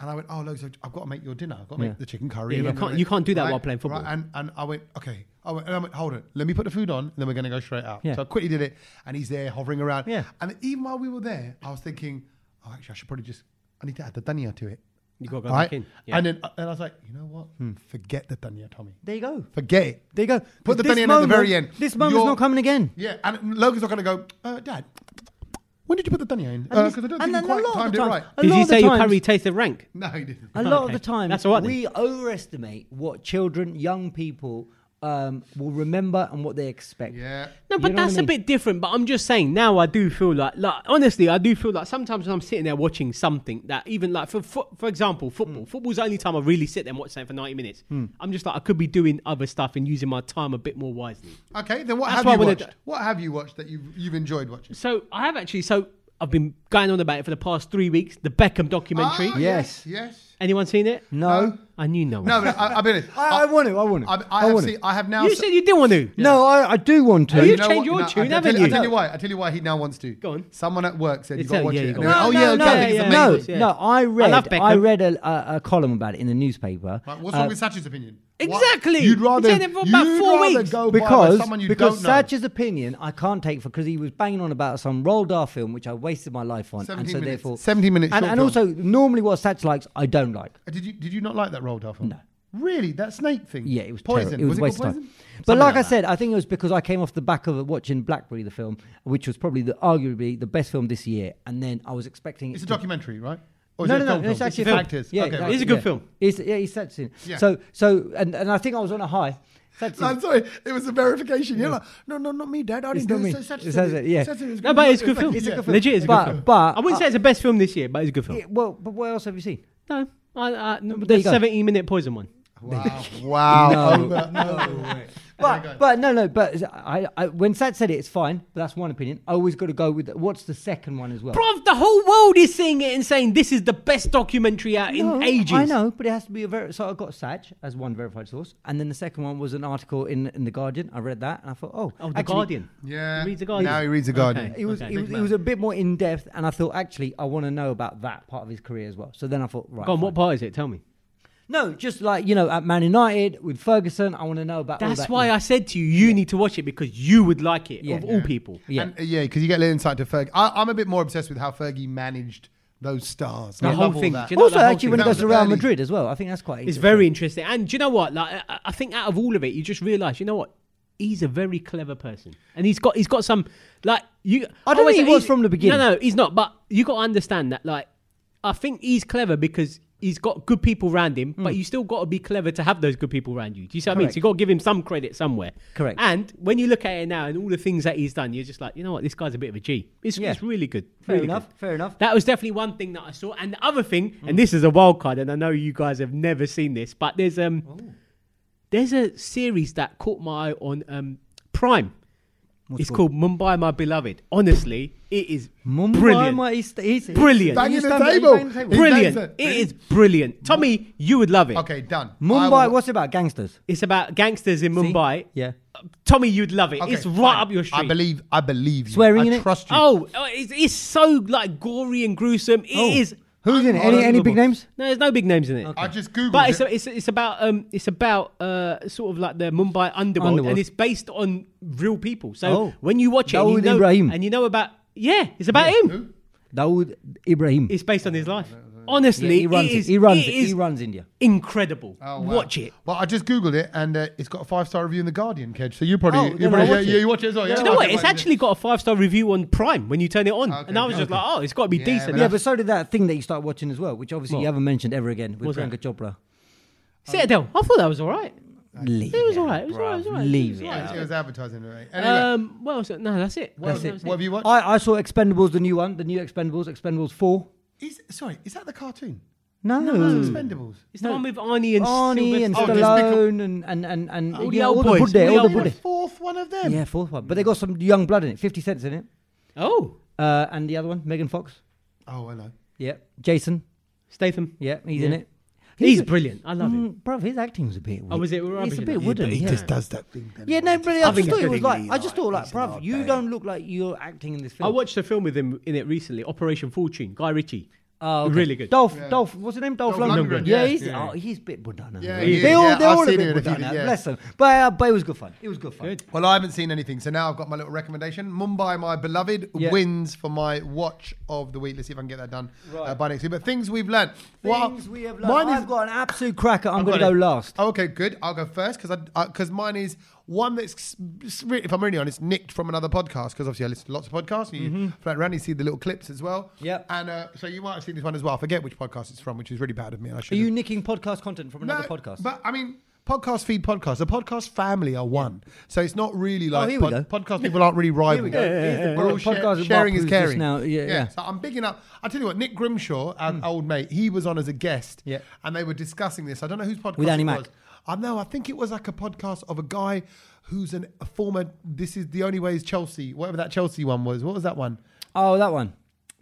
A: And I went, "Oh, Logan, so I've got to make your dinner. I've got to
C: Yeah.
A: make the chicken curry."
B: Yeah,
A: and
B: you
A: I'm gonna
B: can't-
A: make-"
B: you can't do that while playing football.
A: Right, and and I went, "Okay." I went, and I went, "Hold it. Let me put the food on, and then we're going to go straight out."
C: Yeah.
A: So I quickly did it, and he's there hovering around.
C: Yeah.
A: And even while we were there, I was thinking, "Oh, actually, I should probably just I need to add the dunya to it."
B: You gotta go
A: Right?
B: back in. Yeah.
A: And then and I was like, "You know what? Forget the dunya, Tommy.
C: there you go.
A: Forget it."
C: There you go.
A: Put the
C: This
A: dunya in at the very
C: moment-
A: end.
C: This moment's
A: You're-
C: not coming again.
A: yeah, and Logan's not going to go, uh, Dad, when did you put the dunya in?
C: And
A: Because
C: this-
A: I don't think you
C: and then a
A: quite
C: lot of
A: timed
C: the
A: it
C: times-
A: right.
C: a
B: Did
C: lot
B: you
C: of the
B: say your
C: times-
B: curry tastes of rank?
A: No, he didn't.
C: A lot
B: Okay.
C: of the time,
B: That's all right then.
C: we overestimate what children, young people um, will remember and what they expect.
A: Yeah.
B: No, but
C: You know what I
B: that's
C: mean?
B: a bit different. But I'm just saying, now I do feel like, like honestly, I do feel like sometimes when I'm sitting there watching something that even like for for, for example, football. Football's the only time I really sit there and watch something for 90 minutes. I'm just like I could be doing other stuff and using my time a bit more wisely.
A: Okay, then what
B: That's
A: have
B: why I
A: you
B: wanted-
A: watched? What have you watched that you've you've enjoyed watching?
B: So I have actually. So I've been going on about it for the past three weeks. The Beckham documentary.
A: Ah,
C: Yes.
A: Yes.
B: Anyone seen it?
C: No.
B: I knew no one.
A: No, but I, I've been.
C: I, I want to. I want to.
A: I, I have
C: want
A: seen.
C: to.
A: I have now.
B: you
A: se-
B: said you didn't want to.
C: No, I, I do want to.
B: Are you
A: know
B: changed
A: what?
B: your
A: No, I-
B: tune,
A: I, tell
B: haven't
A: I
B: you?
A: tell you why. I tell you why he now wants to.
B: Go on.
A: Someone at work said you
B: It's
A: got
B: a-
A: to watch
B: yeah,
A: it.
B: you
A: And
B: got
A: they
B: to
A: went, Oh
B: watch it.
A: yeah,
B: No,
A: okay.
B: no,
A: It's
B: yeah,
A: amazing.
C: no,
B: amazing.
C: no, I read,
B: love
C: I,
B: Beckham.
C: read a, a, a column about it in the newspaper.
A: Right, What's wrong
C: uh,
A: with Satch's opinion? Why-
B: Exactly.
A: You'd
B: He
A: rather
B: said it for about
A: you'd
B: four
A: rather
B: weeks.
A: go by
C: because
A: someone you don't
C: because
A: know.
C: Satch's opinion I can't take for because he was banging on about some Roald Dahl film which I wasted my life on, and
A: 17
C: so
A: minutes.
C: therefore
A: 17 minute
C: And,
A: short
C: and
A: film.
C: also, normally what Satch likes, I don't like.
A: Uh, Did you did you not like that Roald Dahl film? No. Really, that snake thing?
C: Yeah, it was
A: poison.
C: Terrible. It was, a
A: was
C: waste
A: it
C: of
A: called
C: time.
A: poison?
C: But like I said, I think it was because I came off the back of watching Blackberry, the film, which was probably the arguably the best film this year. And then I was expecting it
A: It's a
C: to-
A: documentary, right? Or
C: no,
A: it
C: no,
A: a
C: no,
A: film
C: It's
A: film?
C: actually
A: a
C: a
A: fact.
C: film.
A: Is.
C: Yeah,
A: okay,
C: exactly,
B: It is a good
C: yeah.
B: film.
C: It's, yeah, it's Satch in.
A: Yeah.
C: So, so, and, and I think I was on a high. Satch in-
A: I'm sorry, it was a verification. You're like, no, no, not me, Dad. I
C: It's
A: didn't
C: not
A: do
C: me.
A: it. So Satch
C: It's
A: said
C: Satch,
A: it.
C: yeah.
A: Satch said it was
B: No, but it's a
A: It's
B: good
A: like-
B: film.
A: it's a good film.
B: Legit, it's a
C: But-
B: good film.
C: but-
B: I wouldn't say it's the best film this year, but it's a good film.
C: Yeah, well, but what else have you seen?
B: No, I, I, no,
C: there you
B: the
C: go.
B: seventeen minute poison one.
A: Wow. Wow.
C: No,
A: Over-
C: no way. But, but no, no, but I, I, when Sat said it, it's fine. But that's one opinion. I always got to go with what's the second one as well.
B: Bruv, the whole world is seeing it and saying this is the best documentary out in
C: No,
B: ages.
C: I know, but it has to be a very. So I got Saj as one verified source, and then the second one was an article in, in the Guardian. I read that, and I thought, oh,
B: Oh, The
C: actually-
B: Guardian.
A: Yeah.
B: He reads The Guardian.
A: Now he reads The Guardian.
B: Okay.
C: It was, it, was, it was a bit more in depth, and I thought actually I want to know about that part of his career as well. So then I thought, right,
B: Go on,
C: fine.
B: what part is it? Tell me.
C: no, just like you know, at Man United with Ferguson, I want to know about. all
B: That's
C: that.
B: why I said to you, you need to watch it because you would like it
C: Yeah.
B: of all people.
C: Yeah.
A: And, uh, yeah, because you get a little insight to Fergie. I, I'm a bit more obsessed with how Fergie managed those stars.
B: The
A: I
B: whole
A: love all
B: thing,
A: that.
B: do you know-
C: also,
B: that whole
C: actually, when
A: thing.
C: it goes
A: That
C: to
A: was
C: Real
A: early.
C: Madrid as well, I think that's quite.
B: It's
C: interesting.
B: very interesting. And do you know what? Like, I, I think out of all of it, you just realise, you know what? He's a very clever person, and he's got he's got some like you.
C: I don't
B: always-
C: think he was
B: he's-
C: from the beginning.
B: No, no, he's not. But you got to understand that. Like, I think he's clever because he's got good people around him. But you still got to be clever to have those good people around you. Do you see what I mean?
C: Mm. Correct.
B: So you got to give him some credit somewhere.
C: Correct.
B: And when you look at it now and all the things that he's done, you're just like, you know what? This guy's a bit of a G. It's,
C: Yeah.
B: it's really good.
C: Fair
B: really
C: enough.
B: good.
C: Fair enough.
B: That was definitely one thing that I saw. And the other thing, and this is a wild card, and I know you guys have never seen this, but there's um
C: Oh.
B: there's a series that caught my eye on um Prime. it's called Mumbai My Beloved. Honestly, it is
C: Mumbai,
B: brilliant.
C: my- he's- he's-
B: Brilliant.
C: he's
A: Banging the
C: done- he's
A: table.
C: banging the
A: He's
B: brilliant.
A: done it.
B: It is brilliant. Tommy, you would love it.
A: Okay, done. I
C: Mumbai.
A: will-
C: What's it about gangsters?
B: It's about gangsters in
C: See?
B: Mumbai.
C: Yeah.
B: Tommy, you'd love it.
A: okay,
B: it's right
A: fine.
B: up your street.
A: I believe. I believe you.
C: Swearing
A: I
C: in it?
A: trust you.
B: Oh, oh, it's, it's so like gory and gruesome. It
C: Oh.
B: is.
C: Who's in it? Any- any big
B: unbelievable.
C: names?
B: No, there's no big names in it.
A: I just googled
B: But it's,
A: it.
B: it's, it's about um it's about uh sort of like the Mumbai underworld,
C: Underworld.
B: and it's based on real people. So
C: Oh.
B: when you watch it, and you
C: Dawood
B: know
C: Ibrahim.
B: and you know about yeah, it's about him.
A: Who?
C: Dawood Ibrahim.
B: It's based on his life.
C: Yeah,
B: Honestly,
C: he runs.
B: it is,
C: he runs.
B: it
C: it-
B: is
C: He runs India.
B: incredible.
A: Oh, wow.
B: Watch it.
A: Well, I just googled it, and uh, it's got a five-star review in the Guardian, Kedge. So you probably,
C: Oh,
A: you,
C: then
A: probably
C: I'll watch
A: yeah,
C: it.
A: you watch it as well. Yeah,
B: Do you know
A: I'll
B: what?
A: get
B: It's
A: mine.
B: actually got a five star review on Prime when you turn it on,
A: Okay,
B: and I was just
A: okay.
B: like, oh, it's got to be
A: Yeah,
B: decent.
A: but
C: Yeah, but so did that thing that you started watching as well, which obviously
B: What?
C: you haven't mentioned ever again
B: What's
C: with
B: that?
C: Priyanka Chopra.
B: Citadel. I thought that was all right.
C: Leave
B: It was
C: it,
B: all right. It was all right. It was
C: bruv.
B: all right.
C: Leave
B: It was
C: it.
B: all right.
A: It was advertising, right? Anyway,
B: Um, well, so, no, that's it.
A: what,
B: That's
A: have-
B: it.
A: what have you watched?
C: I, I saw Expendables, the new one, the new Expendables, Expendables 4.
A: Is, sorry, is that the cartoon?
C: No.
A: That's Expendables.
B: It's the one with Arnie and
C: Arnie and
B: Sylvester-
A: Oh, Stallone.
C: Stallone and, and, and, and
B: All the
C: yeah,
B: old
C: all the
B: boys.
C: good day,
B: All the
C: all the
B: old
A: Is it
C: good
A: the
C: day.
A: fourth one of them.
C: Yeah, fourth one. But they got some young blood in it, 50 cents in it.
B: Oh,
C: Uh, and the other one, Megan Fox.
A: Oh, I know.
C: Yeah. Jason.
B: Statham.
C: Yeah, he's
B: Yeah.
C: in it.
B: He's brilliant. I love him.
C: Mm, bruv, his acting was a bit weird.
B: Oh, was it rubbish
C: It's a
B: in
C: bit
B: that? Yeah,
C: wooden.
B: but he
C: Yeah,
B: just
A: does that thing.
C: yeah no, but I,
B: think
C: just thought
B: it's
C: it was like,
A: really
C: I just thought like,
A: like, it's
C: bruv,
A: not
C: you
A: bad.
C: don't look like you're acting in this film.
B: I watched a film with him in it recently, Operation Fortune. Guy Ritchie.
C: Oh, okay.
B: Really good.
C: Dolph, Dolph, what's his name? Dolph,
A: Dolph
C: Lundgren.
A: Lundgren,
C: Yeah,
A: yeah.
C: he's
B: Yeah.
C: Oh, he's a bit Budana.
A: Yeah,
C: Yeah,
A: he is.
C: they all,
A: Yeah,
C: they're
A: I've
C: all a
A: seen
C: bit
A: him in a few-
C: Budana.
A: yeah.
C: Bless them. But, uh, but it was good fun. It was good fun.
B: Good.
A: Well, I haven't seen anything, so now I've got my little recommendation. Mumbai, my beloved,
C: Yeah.
A: wins for my watch of the week. Let's see if I can get that done uh, by next week. But things we've learned.
C: Things we have learned.
A: Mine is
C: I've got an absolute cracker. I'm
A: I've
C: going to
A: got
C: go
A: it.
C: last.
A: Oh, okay, good. I'll go first because I because mine is one that's if I'm really honest, nicked from another podcast because obviously I listen to lots of podcasts. And you flat around, you see the little clips as well.
C: Mm-hmm. Yep.
A: and uh, so you might have seen this one as well. I forget which podcast it's from, which is really bad of me. And I
C: Are
A: should.
C: you nicking podcast content from another podcast?
A: But I mean. Podcast feed podcast. The podcast family are one, so it's not really like
C: Oh, here we go.
A: podcast people aren't really rivals.
C: go. Here's the
A: We're all
C: podcast
A: share-
C: with
A: sharing is
C: Barpoos just
A: caring.
C: now. Yeah, yeah.
A: So I'm bigging up. I tell you what, Nick Grimshaw, our old mate, he was on as a guest,
C: Yeah.
A: and they were discussing this. I don't know whose podcast
C: With Annie
A: it
C: Mac.
A: was. I know. I think it was like a podcast of a guy who's an, a former. This is the only way is Chelsea. Whatever that Chelsea one was. What was that one?
C: oh, that one.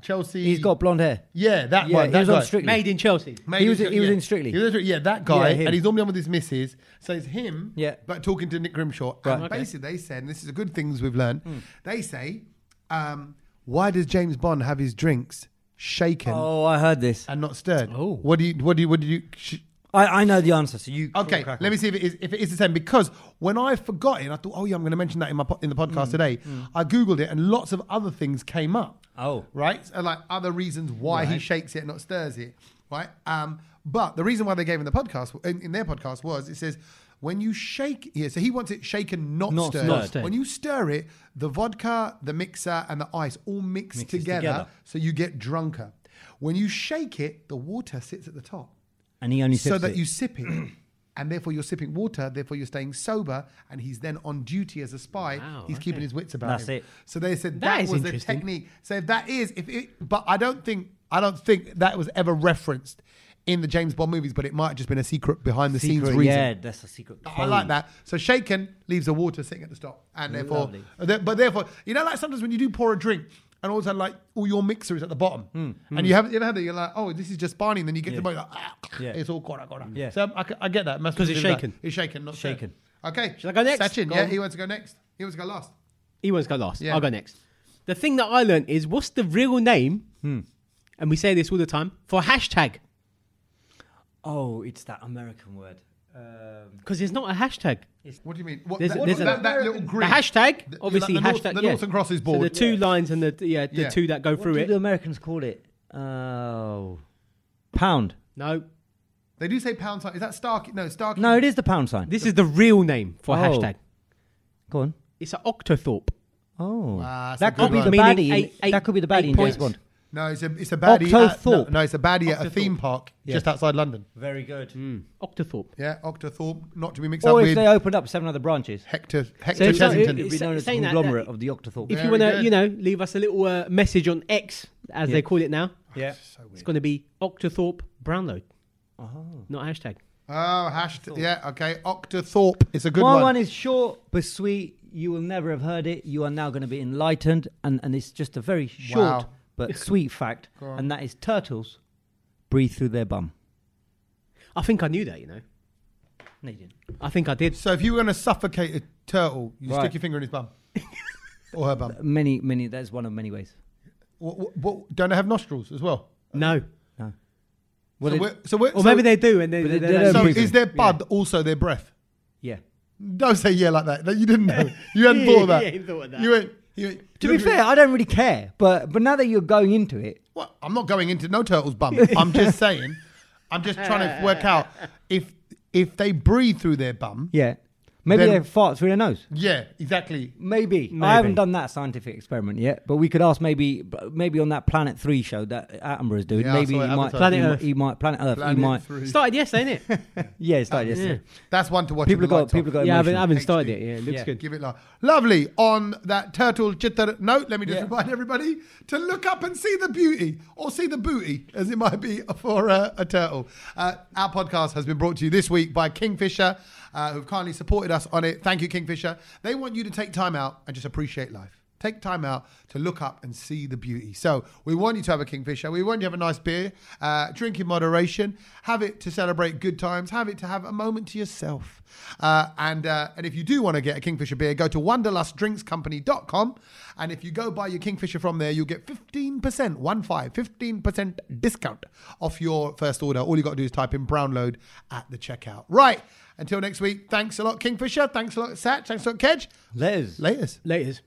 A: Chelsea.
C: He's got blonde hair.
A: Yeah, that
C: Yeah,
A: one.
C: he
A: that
C: was on
A: guy.
C: Strictly.
B: Made in Chelsea.
A: Made
C: He was-
A: Stri-
C: he was
A: yeah.
C: in Strictly.
A: He was in Strictly, yeah, that guy,
C: Yeah, him.
A: and he's normally on with his missus. So it's him,
C: Yeah.
A: but talking to Nick Grimshaw. And
C: Right. Hmm. Okay.
A: basically, they said, and this is a good things we've learned. They say, um, why does James Bond have his drinks shaken
C: Oh, I heard this.
A: and not stirred?
B: Oh.
A: what do you? What do you? What do you? Sh-
C: I, I know the answer. So you.
A: Okay,
C: crack
A: let
C: on.
A: me see if it is if it is the same because when I forgot it, I thought, oh yeah, I'm going to mention that in my po- in the
C: Mm.
A: podcast today. I googled it and lots of other things came up.
C: Oh.
A: right, and like other reasons why he shakes it, and not stirs it, right? Um, but the reason why they gave in the podcast in, in their podcast was it says when you shake, yeah, so he wants it shaken, not,
C: Not
A: stirred.
C: stirred.
A: When you stir it, the vodka, the mixer, and the ice all mix together,
C: together.
A: so you get drunker. When you shake it, the water sits at the top
C: And he only sips
A: so that
C: it.
A: you sip it. And therefore, you're sipping water. Therefore, you're staying sober. And he's then on duty as a spy.
B: Wow,
A: he's
B: okay.
A: keeping his wits about
C: That's
A: him.
C: it.
A: So they said
B: That
A: that,
B: is
A: was the
B: interesting.
A: technique. So if that is, if it, but I don't think, I don't think that was ever referenced in the James Bond movies, but it might have just been a secret behind the scenes
C: Secret,
A: reason.
C: yeah, that's a secret.
A: I like that. So shaken leaves the water sitting at the stop, and therefore, uh,
C: Lovely.
A: th- but therefore, you know, like sometimes when you do pour a drink, and all of a sudden, like all your mixer is at the bottom,
B: Hmm,
A: and you haven't you ever had that, you're like, oh, this is just barney, and then you get to the bottom, like, ah,
C: Yeah.
A: it's all gone, gone.
C: Yeah.
A: So um, I, c- I get that
B: 'Cause
A: Must
B: it's
A: be
B: shaken.
A: That. It's shaken, not stirred.
C: Shaken.
A: Okay,
B: Shall I go next?
A: Sachin,
B: Go
A: yeah,
B: on.
A: he wants to go next. He wants to go last.
B: He wants to go last.
A: Yeah.
B: I'll go next. The thing that I learned is what's the real name? And we say this all the time for hashtag
C: Oh, it's that American word. Um,
B: because it's not a hashtag.
A: What do you mean? What,
B: There's-
A: that,
B: there's
A: that,
B: a-
A: that, little
B: The
A: grid.
B: hashtag,
A: The-
B: obviously,
A: like the North-
B: hashtag.
A: the
B: yeah.
A: Northern Cross is
B: So the
A: board.
B: two lines and the yeah, the
A: Yeah.
B: two that go
C: what
B: through
C: do
B: it.
C: the Americans call it? Oh, pound.
B: No,
A: They do say pound sign. Is that Starkey? No, Starkey.
C: No, it is the pound sign.
B: this is the real name for
C: Oh.
B: hashtag.
C: Go on.
B: It's an octothorpe.
C: Oh,
A: Ah, that's a
C: that
A: good
C: could be
A: one.
C: the
B: Meaning
C: baddie. in-
B: eight- eight-
C: that could be the
B: eight
C: baddie in James
B: points.
C: Bond.
A: No, it's a it's a baddie. At, no,
C: Octothorpe.
A: no, it's a baddie at a
B: Octothorpe.
A: theme park just outside London.
C: Very good.
B: Octothorpe.
A: Yeah, Octothorpe, not to be mixed
C: Mm. Or
A: up
C: if
A: with
C: they opened up seven other branches,
A: Hector
B: So
A: Hector
B: it's not-
A: Chessington.
B: it-
C: it'd be
B: It's-
C: known as the
B: saying that-
C: conglomerate
B: that-
C: of the Octothorpe.
B: If you
A: Very
B: want to,
A: good.
B: you know, leave us a little uh, message on X, as they
C: Yeah.
B: call it now.
C: yeah.
B: It's going to be Octothorpe Brownlow. Not hashtag.
A: Oh, hashtag. Yeah, okay. Octothorpe. It's a good
C: My
A: one.
C: one. is short but sweet. You will never have heard it. You are now going to be enlightened, and, and it's just a very short
A: Wow.
C: but sweet fact,
A: Go on.
C: and that is turtles breathe through their bum.
B: I think I knew that, you know.
C: No, you didn't.
B: I think I did.
A: so if you were going to suffocate a turtle, you
C: Right.
A: stick your finger in his bum or her bum.
C: Uh, Many, many. That's one of many ways.
A: What, what, what- don't they have nostrils as well?
B: No.
C: Well,
A: so,
C: it-
A: we're, so, we're,
B: Or
A: so-
B: maybe they do, and they,
C: But
B: they,
C: they-
B: they,
C: they
B: they-
C: don't
A: So
C: breathe.
A: is their bud also their breath?
C: yeah.
A: Don't say yeah like that. That you didn't know. You hadn't thought of that.
B: Yeah, he thought of that.
A: You ain't. You ain't
C: To be fair, I don't really care, but but now that you're going into it,
A: Well, I'm not going into no turtle's bum. I'm just saying. I'm just trying to work out if if they breathe through their bum.
C: yeah, maybe
A: Then-
C: they fart through their nose.
A: Yeah, exactly.
C: Maybe.
B: Maybe.
C: I haven't done that scientific experiment yet, but we could ask maybe maybe on that Planet Three show that Attenborough's doing.
A: Yeah, I
C: maybe
A: saw
C: he
A: it
C: might,
A: advertised.
B: Planet
C: he might-
B: Earth.
C: he might Planet Earth.
A: Planet Oh,
C: he might.
A: through.
B: started yesterday, ain't it?
C: Yeah, it's like this.
B: Yeah.
A: That's one to watch.
C: People
A: with the
C: have got-
A: lights on.
C: people have got
B: yeah, I haven't, I
C: emotional.
B: haven't
A: HD.
B: started it. Yeah, it looks
C: Yeah.
B: good.
A: Give it life. Lovely. On that turtle jitter note, let me just
C: Yeah.
A: remind everybody to look up and see the beauty or see the booty, as it might be for uh, a turtle. Uh, our podcast has been brought to you this week by Kingfisher, uh, who've kindly supported us on it. Thank you, Kingfisher. They want you to take time out and just appreciate life. Take time out to look up and see the beauty. So, we want you to have a Kingfisher. We want you to have a nice beer. Uh, drink in moderation. Have it to celebrate good times. Have it to have a moment to yourself. Uh, and uh, and if you do want to get a Kingfisher beer, go to wanderlustdrinkscompany.com. And if you go buy your Kingfisher from there, you'll get 15%, one five, 15% discount off your first order. All you got to do is type in Brownload at the checkout. Right. Until next week, thanks a lot, Kingfisher. Thanks a lot, Satch. Thanks a lot, Kedge.
C: Letters.
A: Laters.
B: Laters.